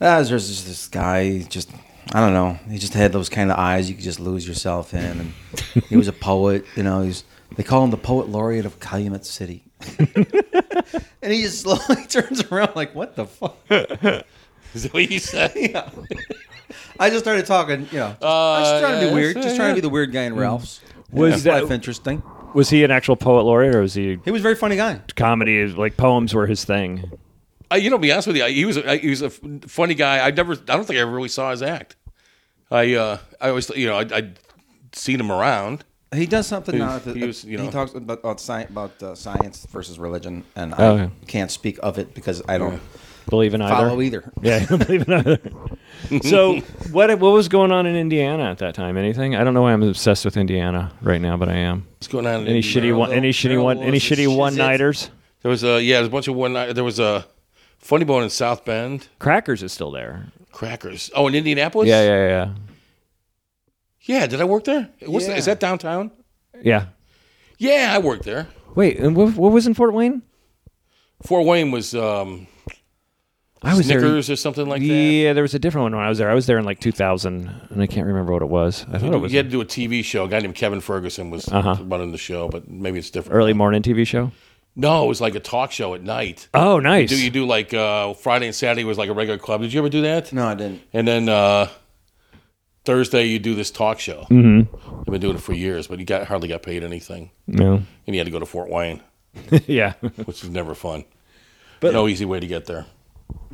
E: ah, there's just this guy, just. I don't know. He just had those kind of eyes you could just lose yourself in. And he was a poet, you know. He's they call him the poet laureate of Calumet City. and he just slowly turns around like, "What the fuck?"
C: Is that what you said?
E: Yeah. I just started talking, you know. Just, I was just trying to
C: yeah,
E: be weird.
C: Uh, yeah,
E: Just trying
C: yeah. Mm.
E: to be the weird guy in Ralph's.
D: Was
E: Yeah.
D: that-
E: life interesting?
D: Was he an actual poet laureate, or was he
E: He was a very funny guy.
D: comedy? Like poems were his thing.
C: I, you know, to be honest with you, I, he was a, I, he was a f- funny guy. I never, I don't think I ever really saw his act. I uh, I always, you know, I, I'd seen him around.
E: He does something
C: He-
E: now. That,
C: he was, you know-
E: he talks about, about, sci- about uh, science versus religion, and I
D: Oh, okay.
E: can't speak of it because I don't
D: Believe in either.
E: follow either.
D: Yeah, I believe in either. so what what was going on in Indiana at that time? Anything? I don't know why I'm obsessed with Indiana right now, but I am.
C: What's going on? in
D: Any
C: Indiana?
D: shitty one? Any shitty one? Any shitty one nighters?
C: There was a yeah, there was a bunch of one night. There was a funny bone in South Bend.
D: Crackers is still there.
C: Crackers. Oh, in Indianapolis.
D: Yeah, yeah,
C: Yeah, did I work there? What's that-
E: Yeah.
C: is that downtown?
D: yeah, yeah.
C: Yeah, I worked there.
D: Wait, and what, what was in Fort Wayne?
C: Fort Wayne was um,
D: I was
C: Snickers or something like
D: there. Yeah, there was a different one when I was there. I was there in like 2000, and I can't remember what it was. I thought
C: that.
D: it was
C: you had to do a TV show. A guy named Kevin Ferguson was
D: Uh-huh.
C: running the show, but maybe it's different.
D: early morning TV show.
C: No, it was like a talk show at night.
D: Oh, nice.
C: Do you do like uh, Friday and Saturday was like a regular club? Did you ever do that?
E: No, I didn't.
C: And then uh, Thursday you do this talk show. Mm-hmm. I've been doing it for years, but he got hardly got paid anything,
D: no.
C: and he had to go to Fort Wayne,
D: yeah.
C: which was never fun.
D: But-
C: no easy way to get there.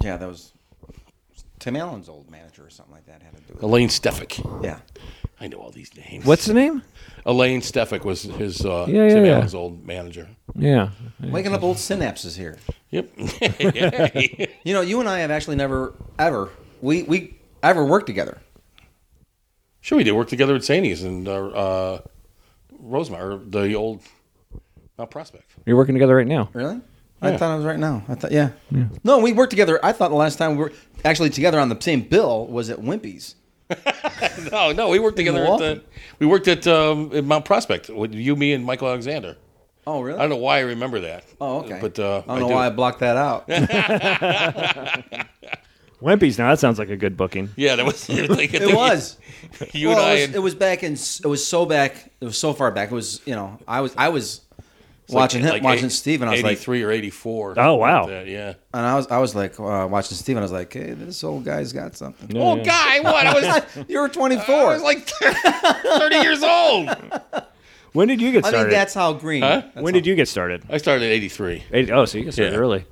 E: Yeah, that was Tim Allen's old manager or something like that had to do it.
C: Elaine Stefik.
E: Yeah,
C: I know all these names.
D: What's the name?
C: Elaine Stefik was his uh,
D: Yeah,
C: Tim
D: yeah, yeah.
C: Allen's old manager.
D: Yeah.
E: waking up old synapses here.
C: Yep.
E: You know, you and I have actually never ever we we ever worked together.
C: sure, we did work together at Saney's and uh, uh, Rosemar, the old Mount Prospect.
D: You're working together right now.
E: Really? I thought it was right now. I thought, yeah. No, we worked together. I thought the last time we were actually together on the same bill was at Wimpy's.
C: No, Oh, no, we worked together at the,
E: Milwaukee?
C: we worked at um, at Mount Prospect with you, me, and Michael Alexander.
E: Oh, really?
C: I don't know why I remember that.
E: oh, okay.
C: But uh,
E: I don't know why I blocked that out.
D: Wimpy's now. That sounds like a good booking.
C: Yeah, that was.
E: it was.
C: you
E: well,
C: and I.
E: it, was,
C: and-
E: it was back in. s- It was so back. It was so far back. It was you know. I was. I was watching him,
C: like
E: watching
C: eight-
E: Steve, and I was like,
C: 83 or 84.
D: Oh,
C: something like
D: wow.
C: that, yeah.
E: and I was, I was like uh, watching Steve, and I was like, hey, this old guy's got something.
C: Oh, guy, what? I was,
E: you were 24.
C: I was like 30 years old.
D: When did you get
E: I
D: started?
E: think that's how green.
C: Huh?
E: That's
D: when
E: how-
D: did you get started?
C: I started at 83.
D: Eight- Oh, so you got started
C: Yeah.
D: early.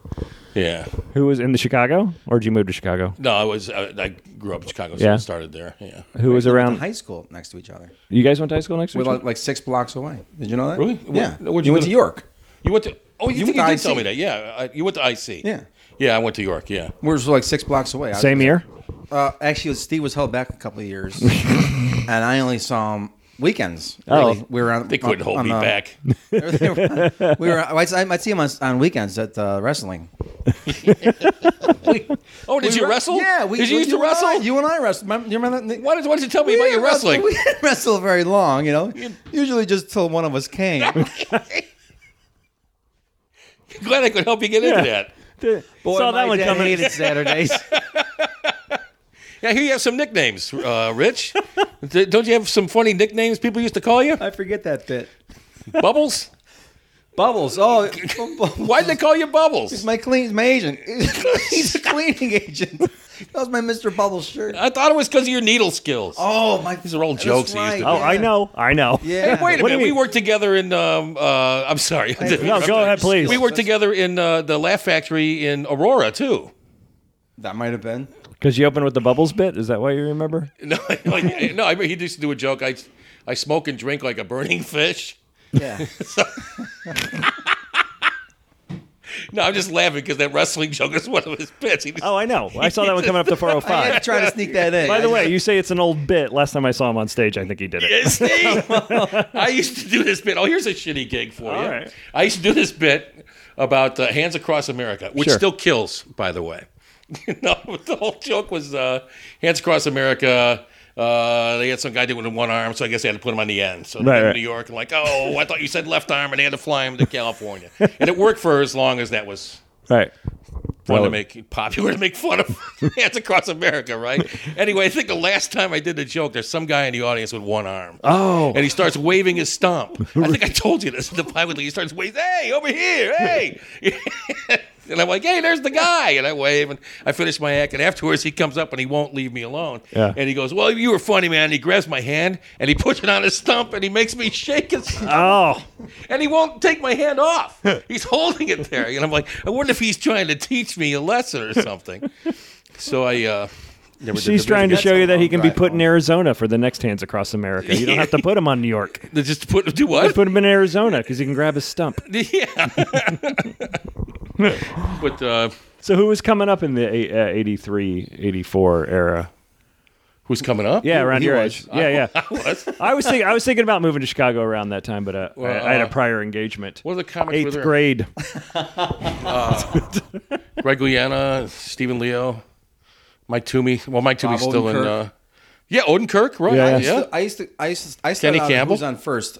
C: Yeah.
D: Who was in the Chicago, or did you move to Chicago?
C: No, I was. I, I grew up in Chicago, so
D: Yeah.
C: I started there. Yeah.
D: Who was
E: in
D: around?
E: high school next to each other?
D: You guys went to high school next to
E: We
D: each
E: were
D: other?
E: like six blocks away. Did you know that?
C: Really? Where-
E: Yeah.
C: where'd
E: you
C: you
E: went
C: go
E: to
C: to-
E: York.
C: You went to. Oh, you,
E: You
C: think
E: went
C: you
E: to
C: did tell
E: IC.
C: me that? Yeah, I, you went to IC.
E: Yeah.
C: Yeah, I went to York. Yeah.
E: We were like six blocks away. I-
D: Same year.
E: Uh, actually, Steve was held back a couple of years, and I only saw him weekends.
D: Oh.
E: really. we were on.
C: They couldn't hold
E: on uh,
C: me
E: the-
C: back.
E: we were. I'd, I'd see him on, on weekends at uh, wrestling.
C: Oh, did
E: We
C: you
E: were-
C: wrestle?
E: Yeah, we
C: did you used to
E: and
C: wrestle?
E: I- you and I wrestled. Remember, you remember that?
C: why, did, why did you tell me about your wrestling?
E: We didn't wrestle very long, you know. Usually just till one of us came.
C: Glad I could help you get into that.
E: Boy,
D: Saw that
E: my
D: one
E: dad
D: coming.
E: hated Saturdays.
C: Yeah, here you have some nicknames, uh, Rich. D- Don't you have some funny nicknames people used to call you?
E: I forget that bit.
C: Bubbles?
E: Bubbles. Oh,
C: Why did they call you
E: He's
C: Bubbles?
E: my clean. He's my agent. He's a cleaning agent. That was my Mr. Bubbles shirt.
C: I thought it was because of your needle skills.
E: Oh my! These
C: are all jokes he used to
D: Oh, I know. I know.
E: Oh, Yeah.
C: Wait a
D: What do
C: minute.
D: you
C: We
D: mean?
C: worked together in. Um, uh, I'm sorry.
D: No, go ahead, please.
C: We worked together in uh, the Laugh Factory in Aurora too.
E: That might have been.
D: Because you opened with the bubbles bit. Is that why you remember?
C: No, like, no. I mean, he used to do a joke. I, I smoke and drink like a burning fish.
E: Yeah.
C: No, I'm just laughing because that wrestling joke is one of his bits. He just-
D: Oh, I know. I saw that one coming up to
E: I had
D: 405.
E: to try to sneak that in.
D: By the way, you say it's an old bit. Last time I saw him on stage, I think he did it.
C: Yeah, see? I used to do this bit. Oh, here's a shitty gig for
D: All
C: you.
D: right.
C: I used to do this bit about uh, Hands Across America, which
D: Sure.
C: still kills, by the way. no, the whole joke was uh, Hands Across America. Uh, they had some guy doing it with one arm, so I guess they had to put him on the end. So they
D: Right,
C: went to
D: right.
C: New York and like, oh, I thought you said left arm, and they had to fly him to California, and it worked for as long as that was
D: Right.
C: fun
D: Well-
C: to make popular to make fun of hands across America, right? Anyway, I think the last time I did the joke, there's some guy in the audience with one arm.
D: Oh.
C: And he starts waving his stump. I think I told you this. The pilot, he starts waving, hey, over here, hey. and I'm like, hey, there's the guy. And I wave, and I finish my act. And afterwards, he comes up and he won't leave me alone.
D: Yeah.
C: And he goes, well, you were funny, man. And he grabs my hand and he puts it on his stump and he makes me shake his stump
D: Oh.
C: and he won't take my hand off. He's holding it there, and I'm like, I wonder if he's trying to teach me a lesson or something. So I uh, never. did
D: She's
C: the
D: trying to
C: video.
D: show you that he
E: long
D: can be
E: drive
D: put in
E: home.
D: Arizona for the next Hands Across America. You don't have to put him on New York.
C: They just put do what?
D: Put him in Arizona because he can grab his stump.
C: yeah. but uh,
D: So who was coming up in the eight- uh, 83, 84 era?
C: who's coming up?
D: Yeah, around
E: he
D: your
E: was.
D: age. Yeah, yeah.
C: I was.
D: I was thinking I was thinking about moving to Chicago around that time, but uh, I-
C: Well,
D: I, had a
C: uh,
D: prior engagement.
C: What are the comics? were
D: Eighth
C: there?
D: grade.
C: Greg Liana, Stephen Leo, Mike Toomey. Well, Mike Toomey's
E: Bob
C: still in.
E: Odenkirk.
C: Uh, yeah, Odenkirk, right?
D: Yeah.
E: I
C: Yeah.
E: used, to, I used to, I used to, I started
C: Kenny
E: out on
C: Campbell?
E: Who's on first?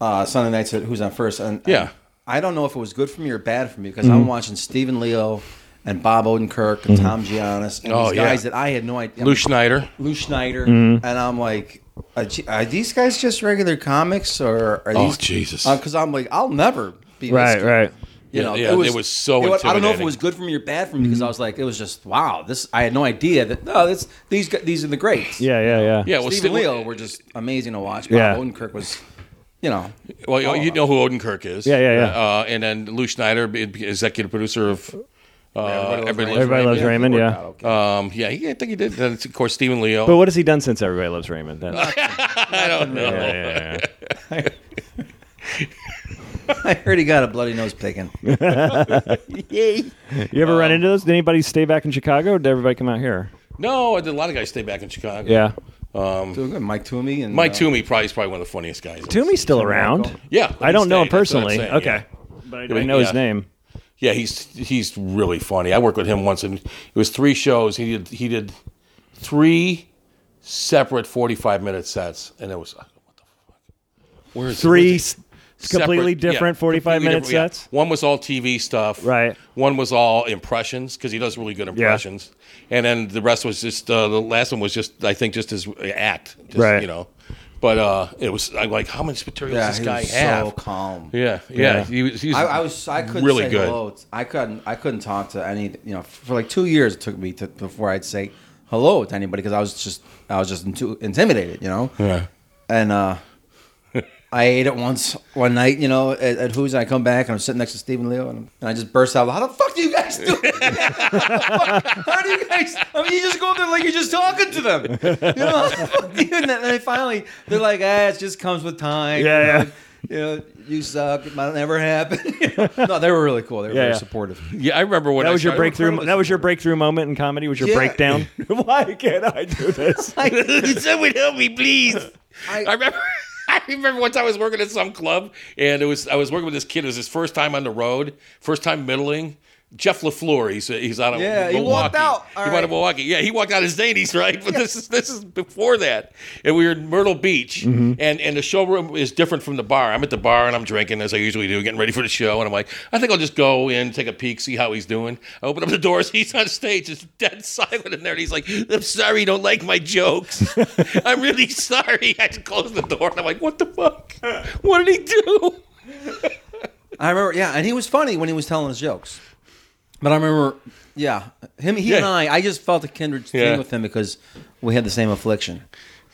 E: Uh, Sunday nights at Who's on first? And and
C: Yeah. Mm-hmm.
E: I don't know if it was good for me or bad for me because I'm watching Stephen Leo and Bob Odenkirk and Tom Giannis and
C: Oh,
E: these
C: yeah.
E: guys that I had no idea.
C: Lou Mm-hmm. Schneider.
E: Lou Schneider, and I'm like, are, ge- are these guys just regular comics or are
C: Oh,
E: these?
C: Jesus.
E: Because I'm like, I'll never be
D: right,
E: this-
D: right.
E: You
C: Yeah,
E: know,
C: yeah, it was so
E: wa- I don't know if it
C: intimidating.
E: was good for me or bad for me because I was like, it was just wow. This I had no idea that no, this these gu- these are the greats.
D: Yeah, yeah, yeah.
C: Yeah, well,
E: Stephen
C: Stephen-
E: Leo were just amazing to watch. Bob
D: Yeah.
E: Odenkirk was, you know,
C: Well, you- you know who Odenkirk is.
D: Yeah, yeah, yeah.
C: Uh, and then Lou Schneider, be- be executive producer of uh, Everybody Loves
D: Everybody
C: Raymond.
D: loves Raymond, yeah.
C: Um, yeah, he, I think he did. And it's, of course, Stephen Leo.
D: But what has he done since Everybody Loves Raymond? That's,
C: I don't know.
D: yeah, yeah, yeah.
E: I heard he got a bloody nose picking.
C: Mm.
D: You ever
C: Um,
D: run into those? Did anybody stay back in Chicago or did everybody come out here?
C: No, I did a lot of guys stay back in Chicago.
D: Yeah.
E: Doing good. Mike Toomey and
C: Mike
E: uh,
C: Toomey probably is probably one of the funniest guys.
D: Toomey's still around.
C: Yeah,
D: I don't
C: he
D: know him
C: stayed. That's what I'm
D: personally.
C: saying,
D: okay.
C: yeah.
D: But I,
C: mean,
D: know his
C: yeah.
D: name.
C: Yeah, he's he's really funny. I worked with him once, and it was three shows. He did he did three separate forty-five minute sets, and it was what the fuck? Where is
D: Three
C: where's it?
D: s- completely
C: Separate- yeah,
D: different 45
C: completely
D: minute
C: different, yeah.
D: sets.
C: One was all TV stuff,
D: Right.
C: One was all impressions because he does really good impressions, and then the rest was just uh, the last one was just I think just his act, just,
D: Right.
C: You know, but uh, it was I'm like how much material
E: Yeah,
C: does this
E: he
C: guy
E: was
C: have?
E: so calm.
C: Yeah, yeah,
D: Yeah.
C: He was, he was
E: I, I was I couldn't
C: really
E: say
C: good.
E: hello. It's- I couldn't I couldn't talk to any you know for like two years it took me to before I'd say hello to anybody because I was just I was just too intimidated you know
C: Yeah.
E: and uh I ate it once one night you know at, at Who's and I come back and I'm sitting next to Stephen Leo and, I'm- and I just burst out how the fuck do you guys do it how do you guys I mean you just go up there like you're just talking to them you know how the fuck do you- and then they finally they're like ah it just comes with time
D: Yeah,
E: you know,
D: yeah.
E: you know, you suck. It might never happen. no, they were really cool. They were
D: Yeah,
E: very
D: yeah.
E: supportive.
C: Yeah, I remember when
D: That
C: I
D: was your
C: started-
D: breakthrough.
E: incredibly
D: That was your breakthrough moment in comedy. Was your
E: Yeah.
D: breakdown? Why can't I do this?
C: Someone help me, please.
E: I-
C: I, remember. I remember once I was working at some club, and it was I was working with this kid. It was his first time on the road, first time middling. Jeff Lafleur, he's he's out of
E: Yeah, he
C: Milwaukee.
E: walked out.
C: He
E: All
C: went to
E: right.
C: Milwaukee. Yeah, he walked out as Zanies, right? But this is this is before that, and we were in Myrtle Beach,
E: Mm-hmm.
C: and and the showroom is different from the bar. I'm at the bar and I'm drinking as I usually do, getting ready for the show, and I'm like, I think I'll just go in, take a peek, see how he's doing. I open up the doors, he's on stage, it's dead silent in there, and he's like, I'm sorry, you don't like my jokes. I'm really sorry. I just closed the door, and I'm like, what the fuck? What did he do?
E: I remember, yeah, and he was funny when he was telling his jokes. But I remember, yeah, him, he and
C: Yeah.
E: I, I just felt a kindred thing
C: Yeah.
E: with him because we had the same affliction.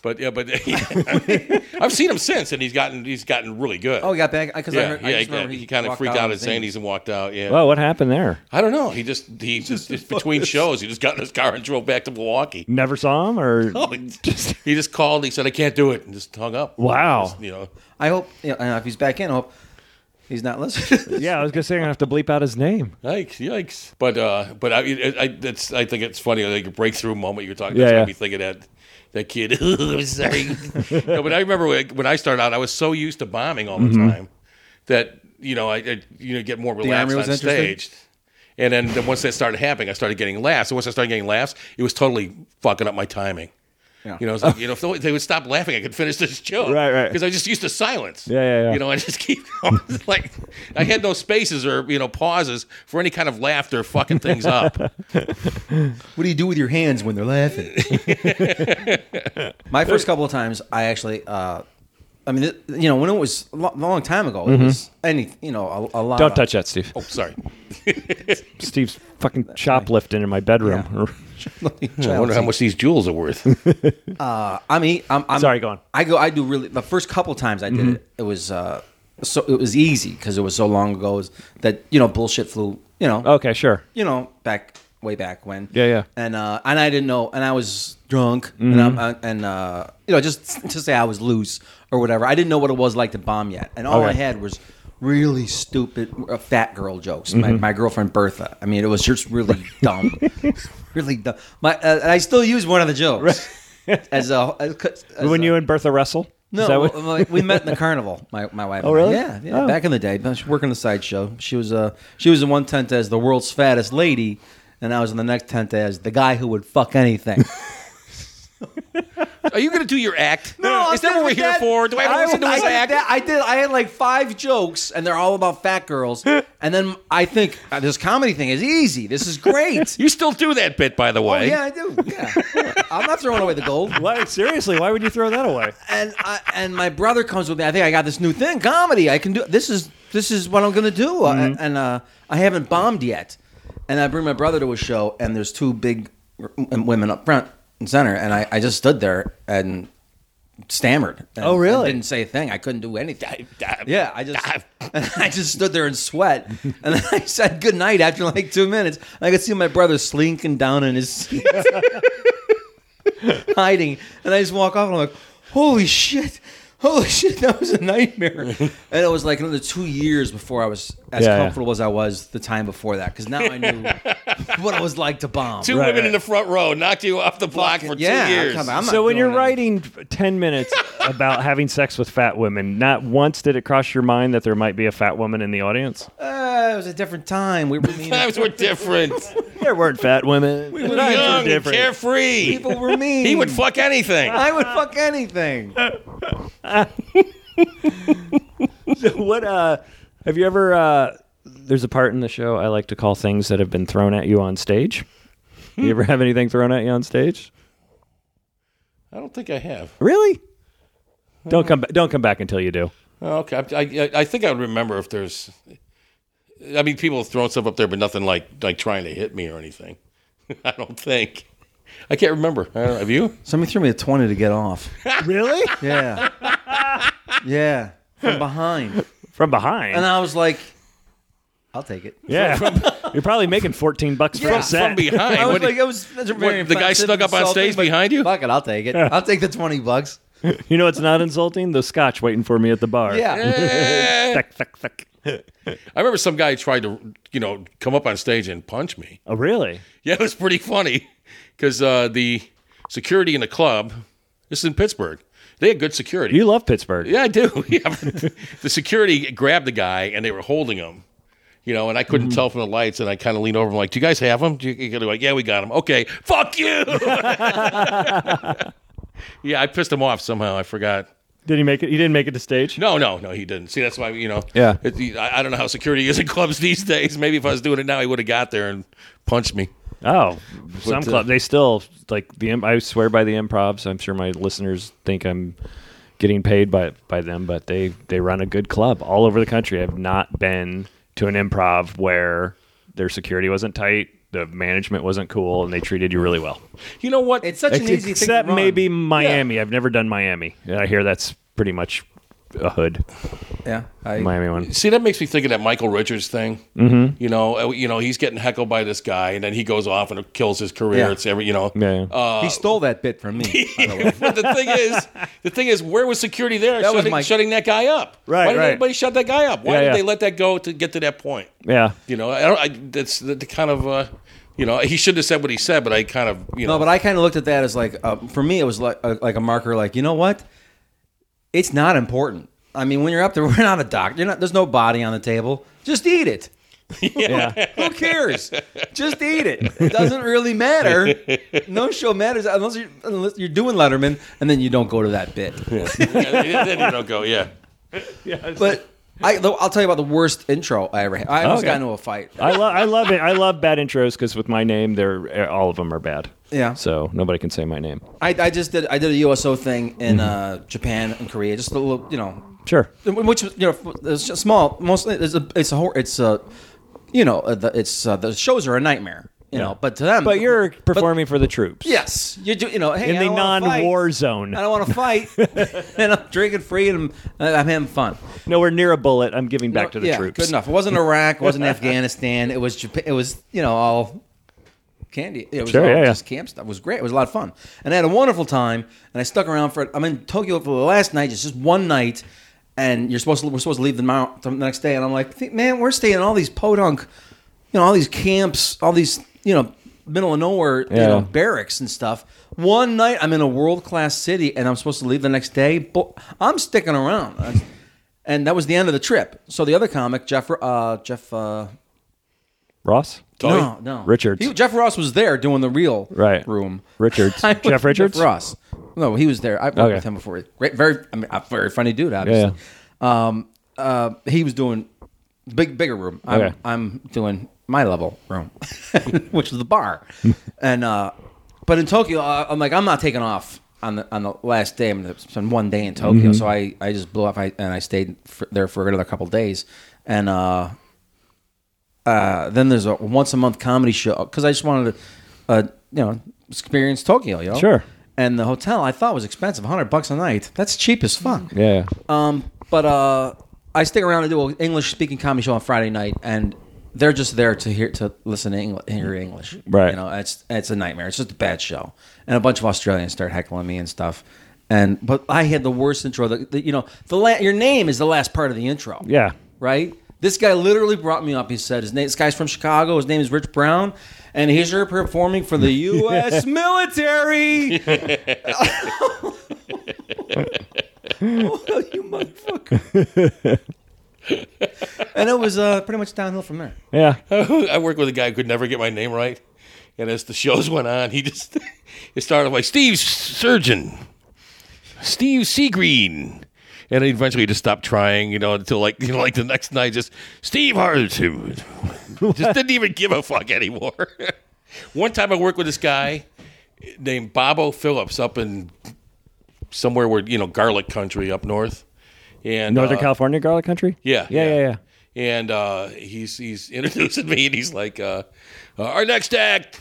C: But yeah, but I've seen him since, and he's gotten he's gotten really good.
E: Oh, he got back because I,
C: yeah,
E: heard, I
C: yeah.
E: just
C: He,
E: remember
C: he kind of
E: walked
C: freaked out
E: on the
C: at
E: scene.
C: Zanies and walked out. Yeah,
D: Well, what happened there?
C: I don't know. He just he just, it's between shows. He just got in his car and drove back to Milwaukee.
D: Never saw him, or
C: Oh, he just he just called. He said, "I can't do it," and just hung up.
D: Wow.
C: Just, you know.
E: I hope, you know, and if he's back in, I hope he's not listening. to this.
D: yeah, I was gonna say I'm gonna have to bleep out his name.
C: Yikes! Yikes! But uh, but I, I, I that's I think it's funny like a breakthrough moment you're talking.
D: Yeah,
C: Yeah,
D: yeah.
C: That's yeah. me thinking that that kid. I'm sorry. no, but I remember when when I started out, I was so used to bombing all the time that you know I, I you know get more relaxed
E: army
C: on
E: was interested?
C: stage. And then, then once that started happening, I started getting laughs. And once I started getting laughs, it was totally fucking up my timing.
E: Yeah.
C: You know, it's like, you know, if they- they would stop laughing, I could finish this joke.
D: Right, right.
C: Because I just used to silence.
D: Yeah, yeah, yeah.
C: You know, I just keep going. It's like I had no spaces or you know pauses for any kind of laughter, fucking things up.
E: What do you do with your hands when they're laughing? My first couple of times, I actually, uh, I mean, it- you know, when it was a lo- long time ago, it was any, you know, a, a lot.
D: Don't
E: of-
D: touch that, Steve.
C: Oh, sorry.
D: Steve's fucking shoplifting in my bedroom.
C: I wonder how much these jewels are worth.
E: I mean, I'm, I'm
D: Sorry, go on.
E: I go. I do really. The first couple times I did it, it was uh, so it was easy because it was so long ago is that you know bullshit flew. You know.
D: okay, sure.
E: You know, back way back when.
D: Yeah, Mm-hmm. yeah.
E: And uh, and I didn't know, and I was drunk, and I'm, I, and uh, you know, just to say I was loose or whatever. I didn't know what it was like to bomb yet, and all I
D: Okay.
E: had was. Really stupid uh, fat girl jokes. My,
D: Mm-hmm.
E: my girlfriend Bertha. I mean, it was just really dumb, really dumb. My uh, and I still use one of the jokes as a as, as
D: when
E: a-
D: you and Bertha wrestle?
E: no,
D: Is that what-
E: well, like, we met in the carnival. My my wife. Oh
D: really?
E: Yeah, yeah.
D: Oh.
E: Back in the day, but she was working the sideshow. She was uh she was in one tent as the world's fattest lady, and I was in the next tent as the guy who would fuck anything.
C: Are you going to do your act?
E: I'm
C: is that
E: done
C: what we're
E: with
C: here for? Do I have to listen to his
E: did
C: act?
E: that- I did. I had like five jokes, and they're all about fat girls. and then I think uh, this comedy thing is easy. This is great.
C: You still do that bit, by the way.
E: yeah, I do. Yeah, I'm not throwing away the gold.
D: Why, seriously, why would you throw that away?
E: and I, and my brother comes with me. I think I got this new thing, comedy. I can do this is this is what I'm gonna do.
D: Mm-hmm.
E: I, and uh, I haven't bombed yet. And I bring my brother to a show, and there's two big r- women up front and center, and I, I just stood there and stammered. and-
D: Oh, really?
E: and didn't say a thing. I couldn't do anything.
C: I-
E: Yeah, I just and I just stood there in sweat, and then I said good night after like two minutes. I could see my brother slinking down in his seat, hiding, and I just walk off, and I'm like, "Holy shit, holy shit, that was a nightmare." and it was like another two years before I was as
D: Yeah, yeah.
E: comfortable as I was the time before that, because now I knew what it was like to bomb.
C: Two
D: Right,
C: women
D: right.
C: in the front row knocked you off the block for two
E: yeah,
C: years.
E: I'm, coming. I'm not
D: So when
E: doing
D: you're
E: anything.
D: writing 10 minutes about having sex with fat women, not once did it cross your mind that there might be a fat woman in the audience?
E: uh, it was a different time. We were mean.
C: Times were different.
D: There weren't fat women. We
C: Young and carefree.
E: People were mean.
C: he would fuck anything.
E: I would fuck anything.
D: what uh have you ever uh there's a part in the show I like to call things that have been thrown at you on stage. You ever have anything thrown at you on stage?
C: I don't think I have.
D: Really? Don't come back don't come back until you do.
C: Oh, Okay, I, I, I think I would remember if there's. I mean, people have thrown stuff up there, but nothing like like trying to hit me or anything. I don't think. I can't remember. I don't, have you?
E: Somebody threw me a 20 to get off.
D: Really?
E: Yeah. yeah. From behind.
D: From behind.
E: And I was like, I'll take it.
D: yeah. You're probably making 14 bucks for
E: Yeah,
D: a
E: from
D: set.
C: From behind.
E: I was
C: What-
E: like, it was that's a very
C: what, the guy
E: offensive,
C: snuck up on
E: insulting,
C: stage
E: but
C: behind you?
E: Fuck it, I'll take it. I'll take the 20 bucks.
D: You know it's not insulting? The scotch waiting for me at the bar.
E: Yeah.
D: Thuck, thuck, thuck.
C: I remember some guy tried to, you know, come up on stage and punch me.
D: Oh, really?
C: Yeah, it was pretty funny because uh, the security in the club, this is in Pittsburgh, they had good security.
D: You love Pittsburgh.
C: Yeah, I do. Yeah. the security grabbed the guy and they were holding him. You know, and I couldn't tell from the lights, and I kind of leaned over. and like, "Do you guys have him?" Do you, they're like, "Yeah, we got him." Okay, fuck you. yeah, I pissed him off somehow. I forgot.
D: Did he make it? He didn't make it to stage?
C: No, no, no, he didn't. See, that's why you know.
D: Yeah.
C: it- I, I don't know how security is in clubs these days. Maybe if I was doing it now, he would have got there and punched me.
D: Oh,
E: uh,
D: some club they still like the. im- I swear by the improvs. I'm sure my listeners think I'm getting paid by by them, but they they run a good club all over the country. I've not been to an improv where their security wasn't tight, the management wasn't cool, and they treated you really well.
C: You know what?
E: It's such an easy thing to
D: Except
E: run.
D: maybe Miami. I've never done Miami. And I hear that's pretty much a hood.
E: Yeah. I,
D: Miami one.
C: See, that makes me think of that Michael Richards thing. Mm-hmm. You know, uh, you know, he's getting heckled by this guy, and then he goes off and kills his career.
E: Yeah.
C: It's every, you know.
D: Yeah.
C: Uh,
E: he stole that bit from me. by the way.
C: but the thing is, the thing is, where was security there
E: That was
C: shutting,
E: my-
C: shutting that guy up?
D: Right,
C: Why did
D: right.
C: anybody shut that guy up? Why
D: Yeah,
C: did
D: yeah.
C: they let that go to get to that point?
D: yeah.
C: You know, I don't. I, that's the, the kind of. Uh, you know, he shouldn't have said what he said, but I kind of, you know,
E: No, but I kind of looked at that as like, uh, for me, it was like a, like a marker. Like, you know what? It's not important. I mean, when you're up there, we're not a doctor. You're not. There's no body on the table. Just eat it.
D: Yeah.
E: Who cares? Just eat it. It doesn't really matter. No show matters unless you're, unless you're doing Letterman, and then you don't go to that bit.
C: Yeah, then you don't go. Yeah.
E: But I, though, I'll tell you about the worst intro I ever had. I almost
D: Okay.
E: got into a fight.
D: I love I love it. I love bad intros because with my name, they're eh, all of them are bad.
E: Yeah.
D: So nobody can say my name.
E: I, I just did I did a USO thing
D: Mm-hmm.
E: in uh, Japan and Korea, just a little, you know,
D: Sure.
E: which was, you know it's just small. Mostly it's a it's a hor- it's a you know uh, the, it's uh, the shows are a nightmare, you know. But to them,
D: But you're performing for the troops.
E: yes, you do you know hey,
D: In
E: I
D: the
E: don't wanna fight.
D: non-war zone.
E: I don't want to fight, and I'm drinking free, and I'm, I'm having fun.
D: Nowhere near a bullet. I'm giving back to the
E: yeah,
D: troops.
E: Good enough. It wasn't Iraq. It wasn't Afghanistan. It was Japan. It was you know all candy. It was
D: Sure,
E: all
D: yeah, yeah.
E: just camp stuff. It was great. It was a lot of fun, and I had a wonderful time. And I stuck around for. I'm in Tokyo for the last night. It's just one night, and you're supposed to. We're supposed to leave the, mount, the next day, and I'm like, man, we're staying in all these podunk, you know, all these camps, all these you know, middle of nowhere, you
D: Yeah.
E: know, barracks and stuff. One night I'm in a world class city and I'm supposed to leave the next day, but I'm sticking around. I- And that was the end of the trip. So the other comic, Jeff, uh, Jeff, uh,
D: Ross.
C: Tully?
E: no, no,
D: Oh, Richards.
E: He- Jeff Ross was there doing the real
D: Right.
E: room.
D: Richards.
E: I was
D: Jeff Richards?
E: Jeff Ross. No, he was there. I worked
D: Okay.
E: with him before. Great, very, I mean, a very funny dude. Obviously, Um, uh, he was doing big, bigger room. I'm,
D: Okay.
E: I'm doing my level room, which was the bar, and uh, but in Tokyo, uh, I'm like, I'm not taking off on the on the last day. I'm gonna spend one day in Tokyo,
D: Mm-hmm.
E: so I I just blew off. I and I stayed for, there for another couple days, and. uh then there's a once a month comedy show because I just wanted to, uh, you know, experience Tokyo. You know,
D: Sure.
E: And the hotel I thought was expensive, hundred bucks a night. That's cheap as fuck.
D: Yeah.
E: Um, but uh, I stick around to do an English speaking comedy show on Friday night, and they're just there to hear to listen to Engl- hear English.
D: Right.
E: You know, it's it's a nightmare. It's just a bad show, and a bunch of Australians start heckling me and stuff. And but I had the worst intro. The, the, you know, the la- your name is the last part of the intro
D: Yeah.
E: right? This guy literally brought me up. He said his name. This guy's from Chicago. His name is Rich Brown, and he's here performing for the U.S. military. Well, Oh, you motherfucker! and it was uh, pretty much downhill from there.
D: Yeah.
E: uh,
C: I worked with a guy who could never get my name right, and as the shows went on, he just it started like Steve Surgeon, Steve Seagreen, and then eventually he just stopped trying, you know, until like you know, like the next night, just Steve Hartitude, just didn't even give a fuck anymore. One time I worked with this guy named Bobo Phillips up in somewhere where you know garlic country up north, and
D: Northern
C: uh,
D: California garlic country.
C: yeah,
D: Yeah. Yeah. Yeah.
C: And uh, he's he's introducing me, and he's like, uh, uh, "Our next act,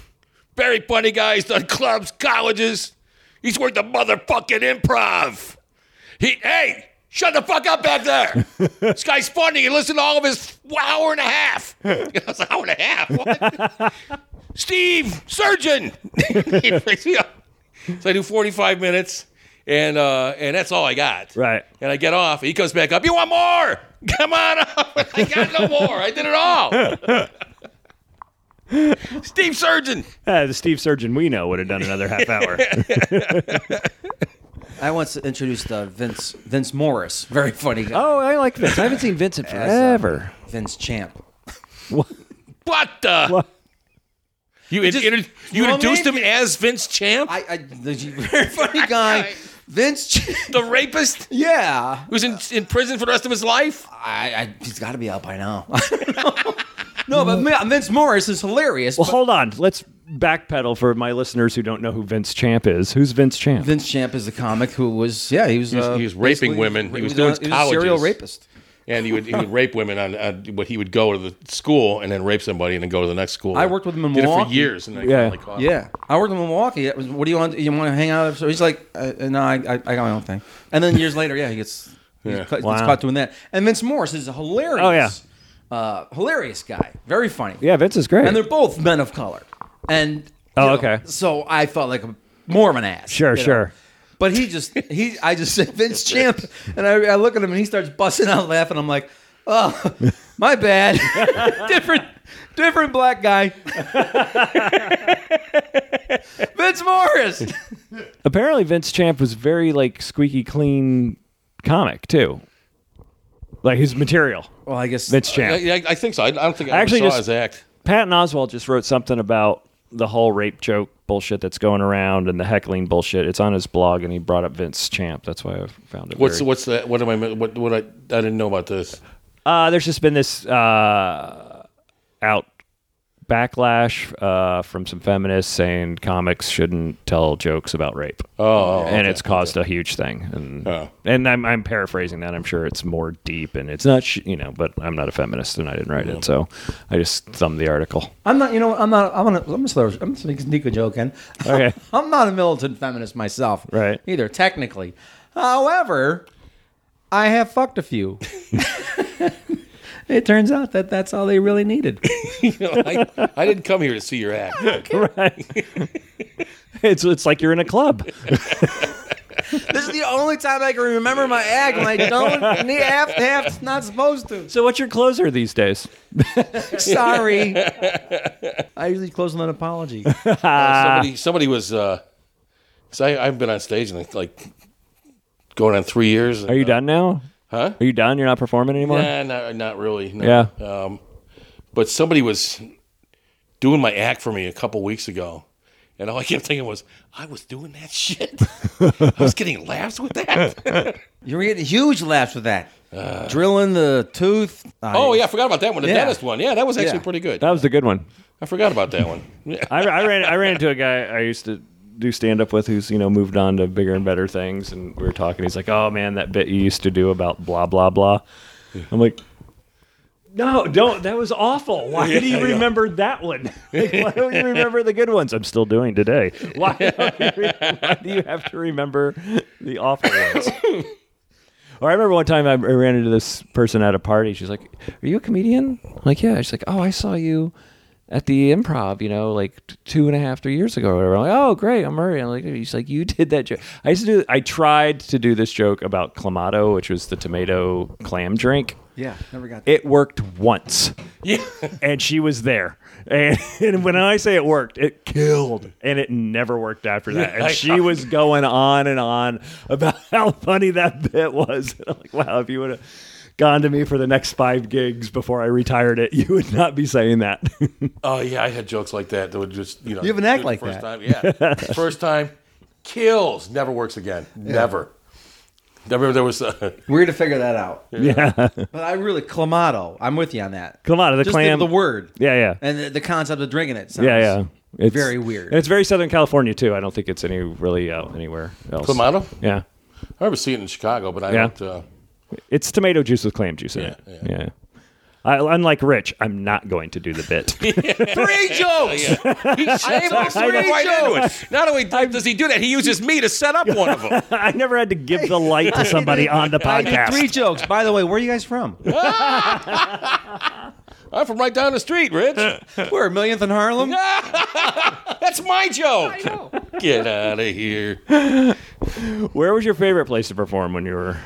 C: very funny guy. He's done clubs, colleges. He's worked the motherfucking improv. He, hey, shut the fuck up back there. this guy's funny. You listen to all of his hour and a half. I was like, hour and a half. What? Steve, surgeon. so I do forty five minutes, and uh, and that's all I got.
D: Right.
C: And I get off. He comes back up. You want more? Come on up. I got no more. I did it all. Steve Surgeon.
D: Uh, the Steve Surgeon we know would have done another half hour.
E: I once introduced uh, Vince Vince Morris, very funny guy.
D: oh, I like Vince. I haven't seen Vince in
E: As, uh,
D: forever.
E: Vince Champ.
C: What the?
D: What?
C: You, in-
E: Just-
C: inter- you
E: Well,
C: introduced him
E: maybe-
C: as Vince Champ,
E: I, I the very funny guy. Vince Champ.
C: the rapist
E: Yeah.
C: who's in, in prison for the rest of his life.
E: I, I he's got to be out by now. no, but Ma- Vince Morris is hilarious.
D: Well,
E: but
D: hold on. Let's backpedal for my listeners who don't know who Vince Champ is. Who's Vince Champ?
E: Vince Champ is a comic who was yeah he was
C: was-
E: uh,
C: he was raping
E: basically-
C: women. He was
E: a-
C: doing
E: he was a serial
C: colleges.
E: rapist.
C: And he would, he would rape women on, on what he would go to the school and then rape somebody and then go to the next school.
E: I worked with him in
C: Did it for
E: Milwaukee.
C: years and
D: Yeah.
C: then yeah. finally caught him.
E: Yeah, I worked in Milwaukee. It was, what do you want? You want to hang out? So he's like, uh, no, I, I, I got my own thing. And then years later, yeah, he gets he's
C: Yeah.
E: cut- gets
D: Wow.
E: caught doing that. And Vince Morris is a hilarious.
D: Oh, yeah.
E: uh, hilarious guy. Very funny.
D: Yeah, Vince is great.
E: and they're both men of color. And
D: Oh,
E: you know,
D: okay.
E: So I felt like a, more of an ass.
D: Sure,
E: you know.
D: sure.
E: But he just he I just said Vince Champ, and I, I look at him and he starts busting out laughing. I'm like, oh, my bad. different, different black guy. Vince Morris.
D: Apparently, Vince Champ was very like squeaky clean comic too. like his material.
E: Well, I guess
D: Vince Champ.
C: Yeah, yeah, I think so. I, I don't think I, actually
D: actually
C: saw
D: just-
C: his act.
D: Patton Oswald just wrote something about the whole rape joke bullshit that's going around and the heckling bullshit. It's on his blog, and he brought up Vince Champ. That's why I found it.
C: What's
D: very-
C: what's that? What am I? What what I? I didn't know about this.
D: Uh, there's just been this uh, out backlash uh, from some feminists saying comics shouldn't tell jokes about rape.
C: Oh, oh,
D: and
C: okay.
D: it's caused a huge thing. And
C: Oh.
D: and I'm, I'm paraphrasing that. I'm sure it's more deep and it's not sh- you know. But I'm not a feminist and I didn't write it, so I just thumbed the article.
E: I'm not. You know, I'm not. I'm gonna. I'm just. I'm just gonna sneak a joke in.
D: Okay.
E: I'm not a militant feminist myself.
D: Right.
E: Either technically. However, I have fucked a few. it turns out that that's all they really needed.
C: You know, I, I didn't come here to see your act.
D: Ah. It's it's like you're in a club.
E: this is the only time I can remember my act when I don't need half half. It's not supposed to.
D: So what's your closer these days?
E: Sorry. I usually close with an apology.
C: somebody, somebody was. Uh, 'cause I, I've been on stage and like going on three years.
D: Are you done now?
C: Uh, Huh?
D: Are you done? You're not performing anymore.
C: Nah, not not really. no.
D: Yeah.
C: Um, but somebody was doing my act for me a couple weeks ago, and all I kept thinking was, I was doing that shit. I was getting laughs with that.
E: You were getting huge laughs with that. Drilling the tooth.
C: Uh. oh yeah, I forgot about that one. The
E: Yeah.
C: dentist one. Yeah, that was actually
E: Yeah.
C: pretty good.
D: That was the good one.
C: I forgot about that one. Yeah.
D: I, I ran I ran into a guy I used to do stand up with who's you know moved on to bigger and better things, and we were talking. He's like, "Oh man, that bit you used to do about blah blah blah." I'm like. No, don't. That was awful. Why do you remember that one? Like, why don't you remember the good ones? I'm still doing today. Why, don't you re- why do you have to remember the awful ones? Or I remember one time I I ran into this person at a party. She's like, "Are you a comedian?" I'm like, "Yeah." She's like, "Oh, I saw you at the improv, you know, like t- two and a half, three years ago, or whatever." I'm like, "Oh, great, I'm Murray." I'm like, "She's like, you did that joke." I used to do. I tried to do this joke about clamato, which was the tomato clam drink.
E: Yeah. Never got
D: It worked once,
C: Yeah.
D: and she was there. And, and when I say it worked, it killed, and it never worked after that. And
C: I-
D: she was going on and on about how funny that bit was. And I'm like, wow, if you would have gone to me for the next five gigs before I retired, it you would not be saying that.
C: Oh yeah, I had jokes like that that would just you know.
E: You have an act
C: do it
E: like
C: the first
E: that.
C: Time. Yeah, first time kills never works again. Never. I remember there was uh,
E: Weird to figure that out.
D: yeah,
E: But I really clamato. I'm with you on that.
D: Clamato, the
E: Just
D: clam-
E: The, word.
D: yeah, yeah,
E: And the, the concept of drinking it. Sounds
D: yeah, yeah. It's
E: very weird.
D: And it's very Southern California too. I don't think it's any really out anywhere else.
C: Clamato.
D: Yeah,
C: I remember seeing it in Chicago, but I
D: Yeah.
C: don't. Uh,
D: it's tomato juice with clam juice in
C: Yeah,
D: it. Yeah. I, unlike Rich, I'm not going to do the bit.
E: Three jokes.
C: I
E: able to read
C: it. Not only does he do that, he uses me to set up one of them.
D: I never had to give the light to somebody on the
E: I did
D: podcast.
E: three jokes. By the way, where are you guys from?
C: I'm from right down the street, Rich.
E: We're millionth in Harlem.
C: That's my joke. Get out of here.
D: Where was your favorite place to perform when you were?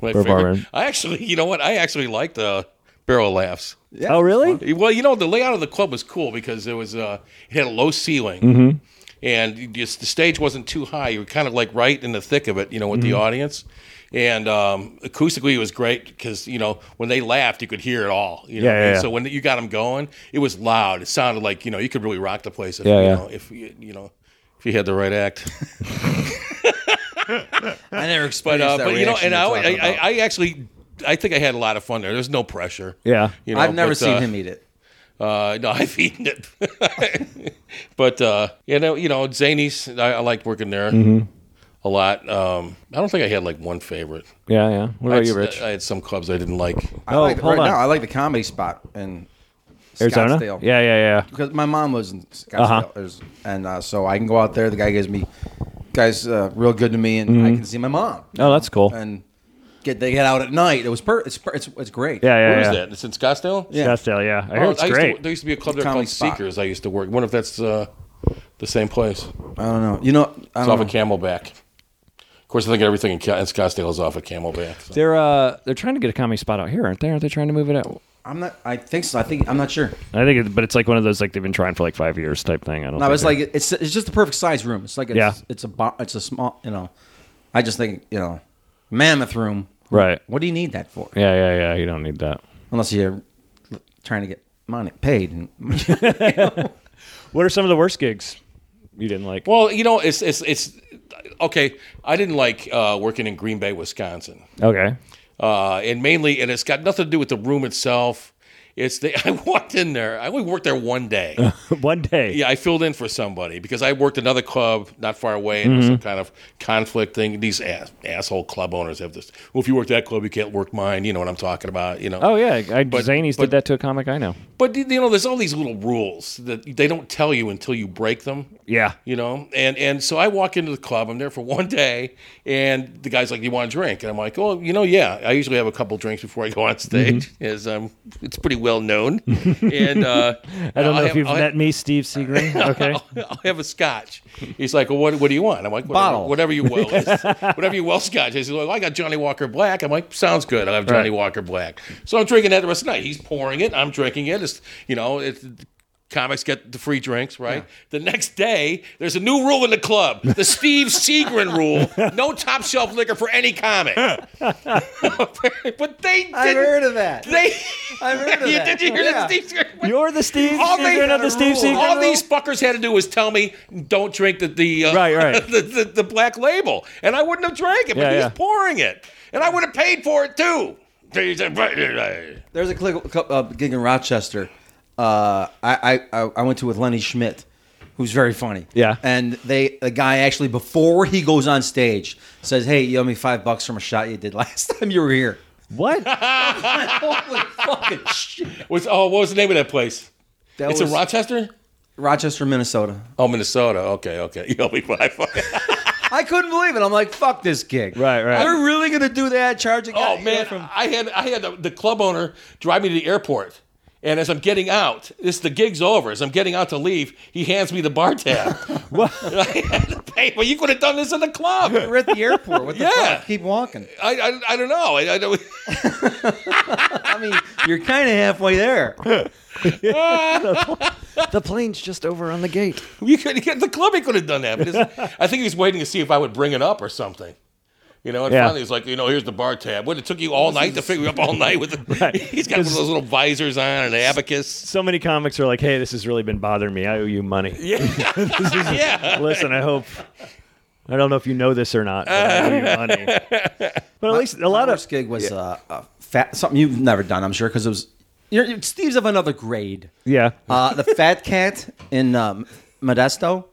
C: My
D: Burr
C: favorite.
D: Barman.
C: I actually, you know what? I actually liked uh, Barrel of Laughs.
D: oh, really?
C: Well, you know, the layout of the club was cool because there was uh, it had a low ceiling,
E: Mm-hmm.
C: and you just the stage wasn't too high. You were kind of like right in the thick of it, you know, with
E: Mm-hmm.
C: the audience. And um, acoustically, it was great because you know when they laughed, you could hear it all. You know?
D: Yeah, yeah,
C: And
D: yeah.
C: So when you got them going, it was loud. It sounded like you know you could really rock the place. If,
D: Yeah,
C: you
D: yeah.
C: Know, if you you know if you had the right act.
E: I never
C: But,
E: experienced
C: uh,
E: that
C: but you know,
E: reaction
C: and I,
E: you're
C: always-
E: talking
C: I,
E: about.
C: I, I actually, I think I had a lot of fun there. There's no pressure.
D: Yeah.
C: You know,
E: I've never
C: but,
E: seen
C: uh,
E: him eat it.
C: Uh, no, I've eaten it. but uh, you know, you know, Zany's. I, I liked working there a lot. Um, I don't think I had like one favorite.
D: Yeah, yeah. What about
C: I, uh,
D: you, Oh, Rich?
C: I had some clubs I didn't like.
D: oh,
E: like,
D: hold
E: right
D: on.
E: now, I like the comedy spot in
D: Arizona.
E: Scottsdale.
D: Yeah, yeah, yeah.
E: because my mom was in Scottsdale,
D: Uh-huh.
E: There's- and uh, so I can go out there. The guy gives me, guys, uh, real good to me, and I can see my mom.
D: Oh, that's cool.
E: And get they get out at night. It was per- it's, per- it's it's great.
D: yeah, yeah.
C: Where is
D: yeah.
C: that? It's in Scottsdale.
E: Yeah.
D: Scottsdale. Yeah, I heard it's
C: I used
D: great.
C: To, there used to be a club there
E: Comedy
C: called
E: Spot.
C: Seekers. I used to work. I wonder if that's uh, the same place.
E: I don't know. You know, I
C: It's off
E: don't
C: of
E: know.
C: Camelback. Of course, I think everything in, Ca- in Scottsdale is off of Camelback. so.
D: they're uh, they're trying to get a comedy spot out here, aren't they? Aren't they trying to move it out?
E: I'm not. I think so. I think I'm not sure.
D: I think, it, but it's like one of those like they've been trying for like five years type thing. I don't.
E: No,
D: think
E: it's
D: they're-
E: like it's it's just the perfect size room. It's like it's,
D: Yeah.
E: it's a bo- it's a small. You know, I just think you know, mammoth room.
D: Right.
E: What do you need that for?
D: Yeah, yeah, yeah. You don't need that.
E: Unless you're trying to get money paid. And,
D: What are some of the worst gigs you didn't like?
C: Well, you know, it's it's it's okay. I didn't like uh, working in Green Bay, Wisconsin,
D: okay.
C: uh, and mainly, and it's got nothing to do with the room itself. It's the I walked in there. I only worked there one day.
D: One day.
C: Yeah, I filled in for somebody because I worked another club not far away and there was some kind of conflict thing. These ass, asshole club owners have this. Well, if you work that club, you can't work mine. You know what I'm talking about? You know.
D: Oh yeah, I, Zanies
C: but-
D: did that to a comic I know.
C: But you know, there's all these little rules that they don't tell you until you break them.
D: Yeah.
C: You know, and and so I walk into the club. I'm there for one day, and the guy's like, "You want a drink?" And I'm like, "Oh, you know, yeah. I usually have a couple drinks before I go on stage,
D: Mm-hmm.
C: as um, it's pretty well known." and uh,
D: I don't know if you've met me, Steve Seagreen. Okay.
C: I'll, I'll have a scotch. He's like, well, what, what do you want? I'm like, whatever,
E: Bottle.
C: whatever you will. It's- whatever you will, scotch. He's like, well, I got Johnny Walker Black. I'm like, sounds good. I'll have Johnny
D: Right.
C: Walker Black. So I'm drinking that the rest of the night. He's pouring it. I'm drinking it. It's, you know, it's, comics get the free drinks, right? The next day, there's a new rule in the club the Steve Seagrin rule no top shelf liquor for any comic. but they didn't.
E: I've heard of that.
C: They,
E: I've heard of
C: you,
E: that.
C: did you hear
E: Yeah.
C: that, Steve Seagrin?
D: You're the Steve
C: All they-
D: Seagreen of the Steve Seagreen.
C: All
D: rule?
C: these fuckers had to do was tell me, "Don't drink the the uh,
D: Right, right.
C: the, the, the black label," and I wouldn't have drank it. But
D: Yeah,
C: he's
D: yeah.
C: pouring it, and I would have paid for it too.
E: There's a click, uh, gig in Rochester. Uh, I, I I went to with Lenny Schmidt, who's very funny.
D: Yeah.
E: And they the guy actually before he goes on stage says, "Hey, you owe me five bucks from a shot you did last time you were here."
D: What?
E: Holy fucking shit!
C: What's oh, what was the name of that place?
E: That
C: it's
E: was
C: in Rochester.
E: Rochester, Minnesota.
C: Oh, Minnesota. Okay, okay. You owe me five.
E: I couldn't believe it. I'm like, "Fuck this gig!"
D: Right, right.
E: We're really gonna do that? Charge a guy?
C: oh man, I had I had the, the club owner drive me to the airport. And as I'm getting out, this the gig's over. As I'm getting out to leave, he hands me the bar tab. I had to pay. Well, you could have done this in the club.
E: We're at the airport. What the
C: Yeah.
E: fuck? Keep walking.
C: I, I, I don't know. I, I don't.
E: I mean, you're kind of halfway there.
D: the plane's just over on the gate.
C: You could get the club. He could have done that. But it's- I think he was waiting to see if I would bring it up or something. You know, and
D: Yeah.
C: finally he's like, you know, here's the bar tab. What it took you all night to figure up all night with. The, He's got one of those little visors on and an abacus.
D: So many comics are like, "Hey, this has really been bothering me. I owe you money."
C: yeah.
D: Listen, I hope. I don't know if you know this or not. But, I owe you money. but at least a lot
E: My
D: of
E: worst gig was uh, a fat something you've never done, I'm sure, because it was you're, you're- Steve's of another grade.
D: yeah.
E: Uh, the Fat Cat in um, Modesto.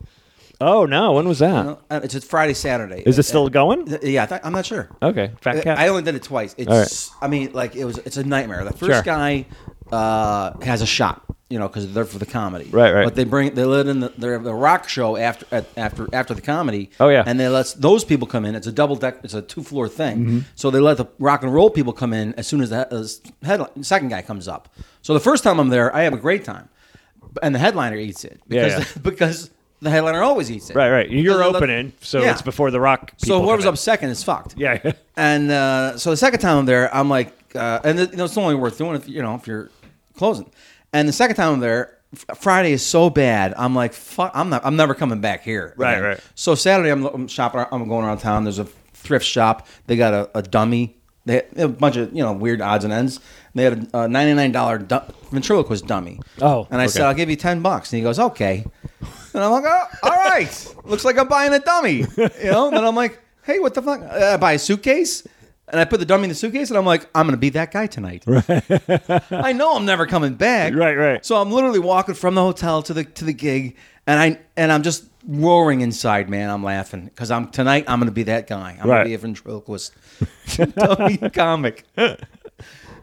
D: Oh no, when was that?
E: Uh, It's a Friday, Saturday.
D: Is it still going?
E: Yeah, I th- I'm not sure.
D: Okay, fat cat.
E: Uh, I only did it twice.
D: All
E: It's
D: right.
E: I mean, like it was. It's a nightmare. The first
D: Sure.
E: guy uh, has a shop, you know, because they're for the comedy.
D: Right, right.
E: But they bring they let in the, their the rock show after at, after after the comedy.
D: Oh, yeah.
E: And they let those people come in. It's a double deck. It's a two floor thing.
D: Mm-hmm.
E: So they let the rock and roll people come in as soon as the as headline, second guy comes up. So the first time I'm there, I have a great time, and the headliner eats it
D: Yeah,
E: because
D: yeah.
E: because the headliner always eats it.
D: right, right. You're
E: Because they let-
D: opening, so
E: Yeah.
D: it's before the rock. people
E: So whoever's
D: come in.
E: up second is fucked.
D: Yeah.
E: And uh, so the second time I'm there, I'm like, uh, and it- you know, it's only worth doing if you know if you're closing. And the second time I'm there, f- Friday is so bad. I'm like, fuck, I'm not, I'm never coming back here.
D: Right,
E: And
D: right.
E: So Saturday, I'm, I'm shopping. ar- I'm going around town. There's a thrift shop. They got a, a dummy. They had a bunch of you know weird odds and ends. They had a, a ninety-nine dollar du- ventriloquist dummy.
D: Oh,
E: and I said,
D: okay.
E: I'll give you ten bucks, and he goes, okay. And I'm like, oh, all right. Looks like I'm buying a dummy. You know? And then I'm like, hey, what the fuck? Uh, I buy a suitcase? And I put the dummy in the suitcase and I'm like, I'm going to be that guy tonight. I know I'm never coming back.
D: Right, right.
E: So I'm literally walking from the hotel to the to the gig and I and I'm just roaring inside, man. I'm laughing cuz I'm tonight I'm going to be that guy.
D: Right.
E: I'm going to be a ventriloquist dummy comic.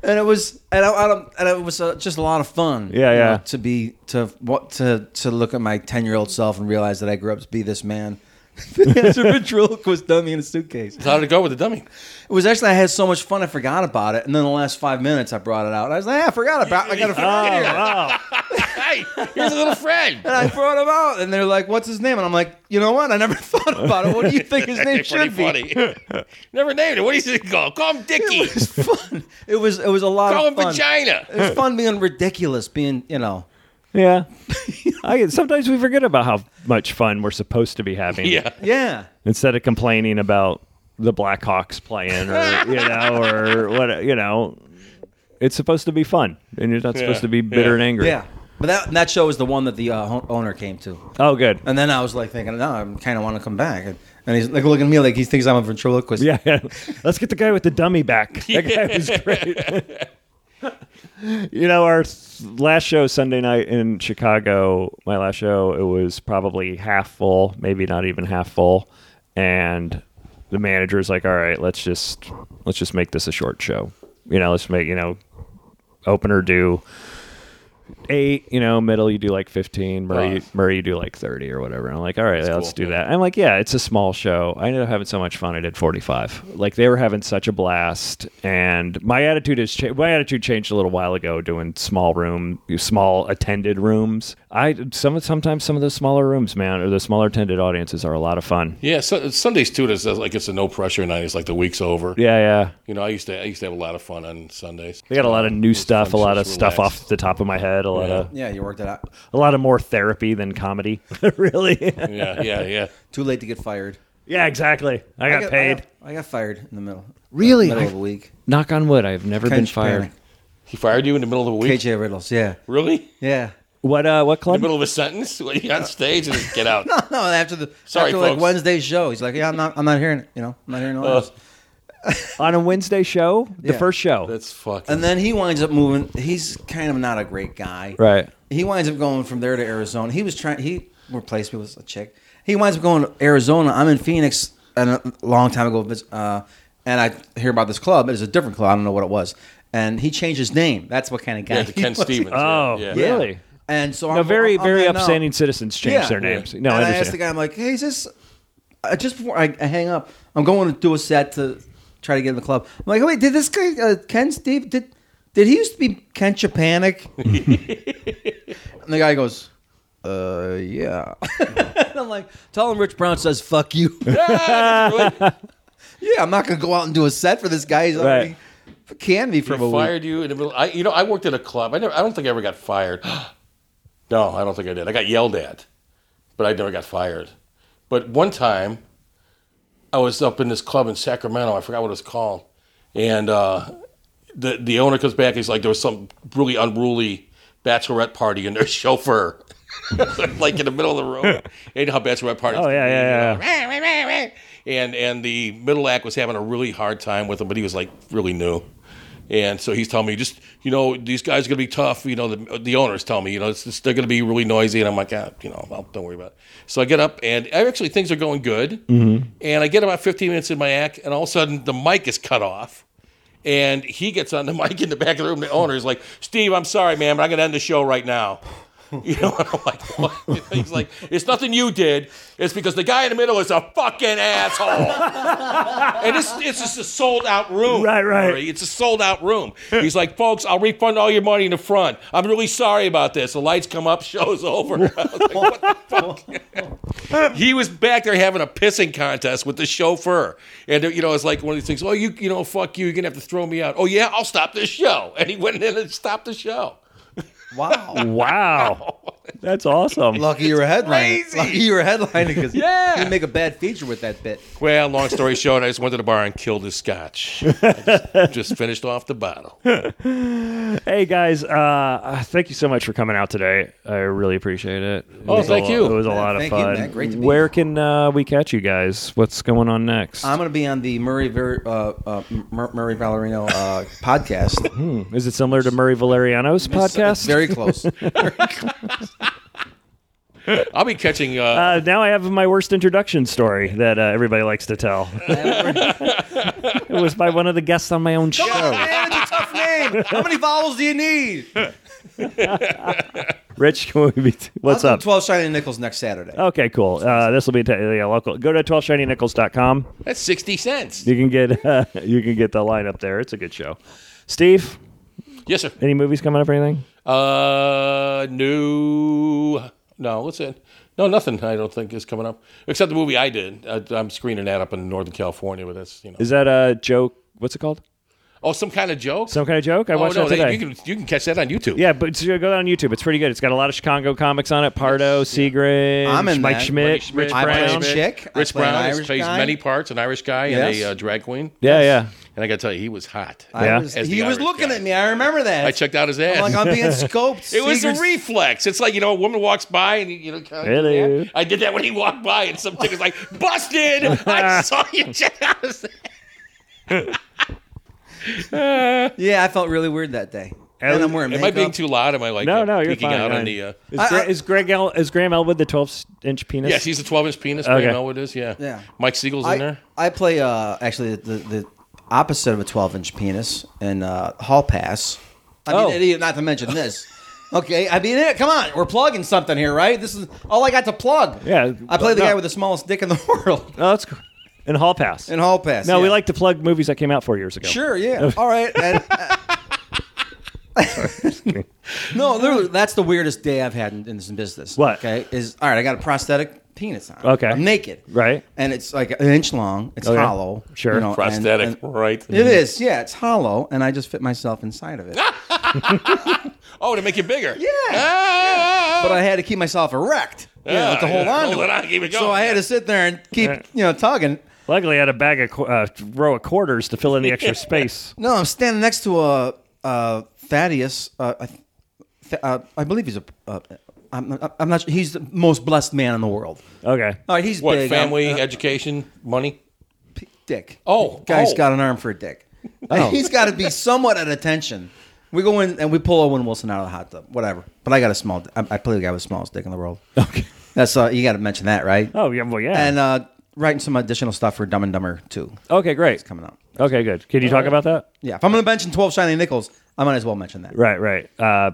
E: And it was, and I, I don't- and it was uh, just a lot of fun.
D: Yeah,
E: you know,
D: yeah.
E: to be to what to to look at my ten year old self and realize that I grew up to be this man. it's a ventriloquist dummy in a suitcase. It
C: How did it go with the dummy?
E: was actually I had so much fun I forgot about it, and then the last five minutes I brought it out. And I was like, "Ah, I forgot about. it. I got to forget
D: Oh
E: here.
D: wow.
C: Hey, here's a little friend.
E: And I brought him out, and they're like, "What's his name?" And I'm like, "You know what? I never thought about it. What do you think his name
C: Pretty
E: should be?"
C: funny. Never named it. What do you think? Call call him Dickie.
E: It was fun. It was it was a lot
C: Call him
E: of fun.
C: vagina.
E: It was fun being ridiculous, being you know.
D: Yeah. I sometimes we forget about how much fun we're supposed to be having.
C: Yeah.
E: Yeah.
D: Instead of complaining about the Blackhawks playing, or you know, or what you know. It's supposed to be fun, and you're not
C: Yeah,
D: supposed to be bitter
C: yeah.
D: and angry.
E: Yeah. But that, that show was the one that the uh, ho- owner came to.
D: Oh, good.
E: And then I was like thinking, no, I kind of want to come back. And, and he's like looking at me like he thinks I'm a ventriloquist.
D: Yeah, yeah. Let's get the guy with the dummy back. That guy was great. you know, our th- last show Sunday night in Chicago, my last show, it was probably half full, maybe not even half full, and the manager's like, "All right, let's just let's just make this a short show. You know, let's make you know opener do." Eight, you know, middle you do like fifteen. Murray,
C: Wow.
D: Murray you do like thirty or whatever. And I'm like, all right, yeah, let's do
C: cool.
D: that. I'm like, yeah, it's a small show. I ended up having so much fun. I did 45. Like they were having such a blast, and my attitude is cha- my attitude changed a little while ago doing small room, small attended rooms. I some sometimes some of the smaller rooms, man, or the smaller attended audiences are a lot of fun.
C: Yeah, so, Sundays too. It's like it's a no pressure night. It's like the week's over.
D: Yeah, yeah.
C: You know, I used to I used to have a lot of fun on Sundays.
D: They got a lot of new stuff, a lot of
C: just
D: stuff
C: relaxed.
D: off the top of my head, a lot
C: Yeah.
D: of
E: Yeah, you worked it out.
D: a lot of more therapy than comedy, really.
C: Yeah, yeah, yeah.
E: Too late to get fired.
D: yeah, exactly. I got, paid.
E: I got, I got fired in the middle.
D: Really?
E: Middle of the week.
D: Knock on wood, I've never been
E: Kench
D: fired.
E: Panic.
C: He fired you in the middle of the week.
E: KJ Riddles. Yeah.
C: Really?
E: Yeah.
D: What uh? What
C: In the
D: club?
C: middle of a sentence? When you on stage and just get out.
E: No, after the
C: Sorry,
E: after like
C: folks.
E: Wednesday's show, he's like, yeah, I'm not, I'm not hearing it. You know, I'm not hearing all
C: Uh,
E: this.
D: on a Wednesday show, the
E: Yeah.
D: first show.
C: That's fucking.
E: And then he winds up moving. He's kind of not a great guy.
D: Right.
E: He winds up going from there to Arizona. He was trying. He replaced me with a chick. He winds up going to Arizona. I'm in Phoenix and a long time ago, vis- uh, and I hear about this club. It was a different club. I don't know what it was. And he changed his name. That's what kind of guy.
C: yeah, the
E: he
C: Ken
E: was.
C: Stevens.
D: Oh,
C: yeah.
E: Yeah.
C: yeah.
D: Really?
E: And so
D: No,
E: I'm
D: very,
E: I'm
D: very
E: like, Oh, no.
D: upstanding citizens change
E: Yeah.
D: their names. No, I
E: and I asked the
D: understand.
E: guy, I'm like, hey, is this uh, just before I, I hang up? I'm going to do a set to try to get in the club. I'm like, oh, wait, did this guy uh, Ken Steve did did he used to be Ken Chapanic? and the guy goes, uh, yeah. and I'm like, tell him Rich Brown says fuck you. yeah, I'm not gonna go out and do a set for this guy. He's already canned me for a
C: He
E: week.
C: fired you in the middle. I, you know, I worked at a club. I never. I don't think I ever got fired. no, I don't think I did. I got yelled at, but I never got fired. But one time, I was up in this club in Sacramento. I forgot what it was called, and uh, the the owner comes back. He's like, there was some really unruly bachelorette party, and their chauffeur. like in the middle of the room, you know how bachelorette parties.
D: Oh yeah, yeah, yeah.
C: and and the middle act was having a really hard time with him, but he was like really new, and so he's telling me just you know these guys are gonna be tough. You know the the owners tell me you know it's just, they're gonna be really noisy, and I'm like ah, you know well, don't worry about it. So I get up and I- actually things are going good, and I get about 15 minutes in my act, and all of a sudden the mic is cut off. And he gets on the mic in the back of the room. The owner is like, "Steve, I'm sorry, man, but I'm gonna end the show right now." You know, and I'm like, what? He's like, it's nothing you did. It's because the guy in the middle is a fucking asshole. and it's, it's just a sold out room.
D: Right, right.
C: Murray. It's a sold out room. He's like, folks, I'll refund all your money in the front. I'm really sorry about this. The lights come up, show's over. I was like, what the fuck? he was back there having a pissing contest with the chauffeur. And, you know, it's like one of these things, oh, you, you know, fuck you. You're going to have to throw me out. Oh, yeah, I'll stop this show. And he went in and stopped the show.
E: Wow.
D: Wow, that's awesome.
E: Lucky you were headlining.
C: crazy.
E: Lucky you were headlining because
C: Yeah.
E: you make a bad feature with that bit.
C: Well, long story short, I just went to the bar and killed his scotch. I just, just finished off the bottle.
D: Hey guys, uh, thank you so much for coming out today. I really appreciate it. It was a
C: thank
D: lo-
C: you.
D: It was a
E: Yeah,
D: lot of
E: thank you,
D: fun.
E: Matt. Great to be
D: Where can uh, we catch you guys? What's going on next?
E: I'm going to be on the Murray Ver, uh, uh, Mur- Murray Valerino uh, podcast.
D: Is it similar to Murray Valeriano's podcast?
E: Very close.
C: I'll be catching. Uh,
D: uh, now I have my worst introduction story that uh, everybody likes to tell. it was by one of the guests on my own show.
E: Man, it's a tough name. How many vowels do you need?
D: Rich, can we be what's
E: I'll do
D: up?
E: 12 Shiny Nickels next Saturday.
D: Okay, cool. Uh, this will be t- yeah, local. Go to 12shinynickels.com.
C: that's sixty cents.
D: You can get uh, you can get the lineup there. It's a good show. Steve,
C: Yes, sir.
D: any movies coming up or anything?
C: Uh, no, no. What's it? No, nothing. I don't think is coming up except the movie I did. I, I'm screening that up in Northern California, but that's you know.
D: Is that a joke? What's it called?
C: Oh, some kind of joke.
D: Some kind of joke? I
C: oh
D: watched
C: no,
D: that today.
C: you can you can catch that on YouTube.
D: yeah, but it's- go on YouTube. It's pretty good. It's got a lot of Chicago comics on it. Pardo, Seagrin,
E: I'm in
D: Mike
E: that.
D: Schmidt,
C: Schmidt,
D: Rich
E: I play
D: Brown.
E: Schmidt. chick. I
C: Rich
E: play an
C: Brown
E: Irish
C: has plays
E: guy.
C: many parts, an Irish guy and
E: Yes.
C: a uh, drag queen.
D: Yeah, yeah.
C: And I got to tell you, he was hot.
E: I
D: Yeah.
E: was-
C: As the
E: he was
C: Irish
E: looking
C: guy.
E: at me. I remember that.
C: I checked out his ass.
E: I'm like, I'm being scoped.
C: it was a
E: Seeger's-
C: reflex. It's like you know, a woman walks by and you know, kind of,
D: Hello.
C: I did that when he walked by, and some chick was like, "Busted! I saw you." check out his ass."
E: Yeah, I felt really weird that day.
D: was-
E: And I'm wearing
C: Am
E: makeup.
C: I being too loud? Am I like
D: No,
C: uh,
D: no, you're
C: peeking
D: fine.
C: out
D: I-
C: on the? Uh,
D: is,
E: I-
D: Gra-
E: I-
D: is Greg El- is Graham Elwood the 12 inch penis?
C: yes, he's a 12 inch penis.
D: Okay.
C: Okay. know it is. Yeah.
E: Yeah.
C: Mike Siegel's in
E: I,
C: there.
E: I play uh, actually the, the, the opposite of a 12 inch penis in uh, Hall Pass. I
D: Oh.
E: mean, idiot, not to mention this. Okay, I mean, yeah, come on, we're plugging something here, right? This is all I got to plug.
D: Yeah,
E: I play the
D: no.
E: guy with the smallest dick in the world
D: Oh, that's cool. In Hall Pass.
E: in Hall Pass.
D: no, we
E: yeah.
D: like to plug movies that came out four years ago.
E: Sure, yeah. All right. And, uh, no, literally, that's the weirdest day I've had in, in this business.
D: What?
E: Okay, is all right. I got a prosthetic penis on.
D: Okay.
E: I'm naked.
D: Right.
E: and it's like an inch long. It's
D: Okay.
E: hollow.
D: Sure.
E: and-
C: Prosthetic,
E: and-
C: right?
E: it is, yeah. It's hollow, and I just fit myself inside of it.
C: Oh, to make you bigger. Yeah.
E: But I had to keep myself erect, you know,
C: Yeah,
E: to hold
C: yeah.
E: on
C: Hold
E: to
C: it
E: it.
C: on, keep it
E: So
C: going,
E: I had
C: yeah.
E: to sit there and keep,
D: Yeah.
E: you know, tugging.
D: Luckily, I had a bag of qu- uh, row of quarters to fill in the extra space.
E: No, I'm standing next to a, a Thaddeus. Uh, I, th- uh, I believe he's a. Uh, I'm, not- I'm not. sure. He's the most blessed man in the world.
D: Okay.
E: All right, he's
C: What?
E: big.
C: family,
E: I'm- uh,
C: education, money.
E: dick.
C: Oh,
E: guy's
C: oh.
E: got an arm for a dick. he's got to be somewhat at attention. We go in and we pull Owen Wilson out of the hot tub, whatever. But I got a small. I, I play the guy with the smallest dick in the world. Okay, that's uh, you got to mention that, right?
D: Oh, yeah. Well, yeah.
E: And uh, writing some additional stuff for Dumb and Dumber Two
D: okay, great.
E: coming out.
D: Okay, good. Can you talk about that?
E: Yeah, if I'm going to mention Twelve Shiny Nickels, I might as well mention that.
D: Right, right. Uh,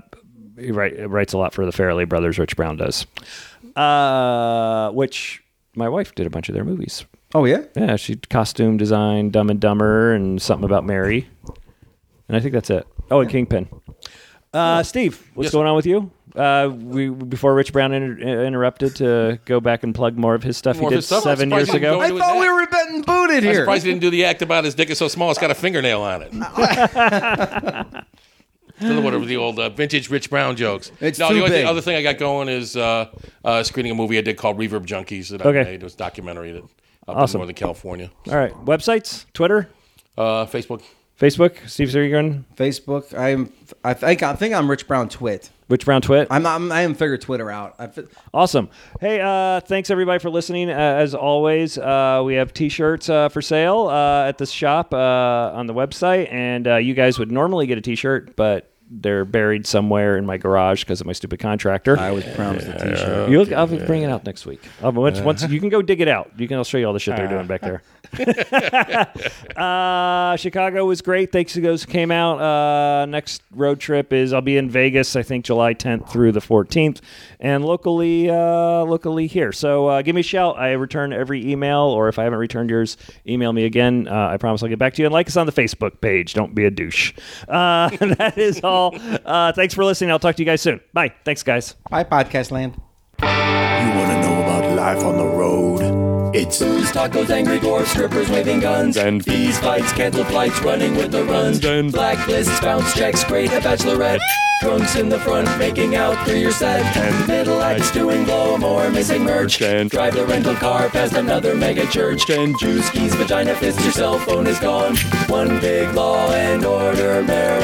D: he write, writes a lot for the Farrelly brothers. Rich Brown does, uh, which my wife did a bunch of their movies.
E: Oh yeah,
D: Yeah, she costume designed Dumb and Dumber and something about Mary, and I think that's it. Oh, and Kingpin. Uh, Steve, what's
C: Yes.
D: going on with you? Uh, we before Rich Brown inter- uh, interrupted to go back and plug more of his stuff
C: More of
D: he did
C: his stuff?
D: seven
C: I'm
D: years
C: surprised you
D: ago.
C: don't
E: I
C: It was
E: thought
C: that.
E: we were betting booted
C: I'm
E: here.
C: surprised he didn't do the act about his dick is so small. It's got a fingernail on it. Still whatever the old uh, vintage Rich Brown jokes.
E: It's
C: no,
E: too
C: the only
E: big.
C: Thing, other thing I got going is uh, uh, screening a movie I did called Reverb Junkies that
D: Okay.
C: I made. It was a documentary that up
D: Awesome.
C: in Northern California.
D: All right, websites, Twitter,
C: Uh, Facebook.
D: Facebook, Steve Sergin,
E: Facebook. I'm. I think. I think I'm Rich Brown Twit.
D: Rich Brown Twit.
E: I'm. I'm I haven't figured Twitter out. I, fi-
D: Awesome. Hey, uh, thanks everybody for listening. Uh, as always, uh, we have T-shirts uh, for sale uh, at the shop uh, on the website, and uh, you guys would normally get a T-shirt, but they're buried somewhere in my garage because of my stupid contractor.
E: I was promised a T-shirt.
D: You'll, I'll bring it out next week. I'll, once, once you can go dig it out, you can. I'll show you all the shit they're doing back there. uh, Chicago was great. Thanks to those who came out. Uh, next road trip is I'll be in Vegas. I think July 10th through the 14th, and locally, uh, locally here. So uh, give me a shout. I return every email, or if I haven't returned yours, email me again. Uh, I promise I'll get back to you. And like us on the Facebook page. Don't be a douche. Uh, that is all. Uh, thanks for listening. I'll talk to you guys soon. Bye. Thanks, guys.
E: Bye, podcast land.
A: You want to know about life on the road? It's
B: Booze, tacos, angry dwarfs, strippers waving guns.
A: And-
B: fees, fights, canceled flights, running with the runs.
A: And-
B: Blacklists, bounce checks, great a bachelorette. Drunks in the front, making out through your set.
A: And-
B: middle acts doing blow more, missing merch.
A: And-
B: Drive the rental car past another mega church.
A: And-
B: Juice keys, vagina fist, your cell phone is gone. One big law and order, America.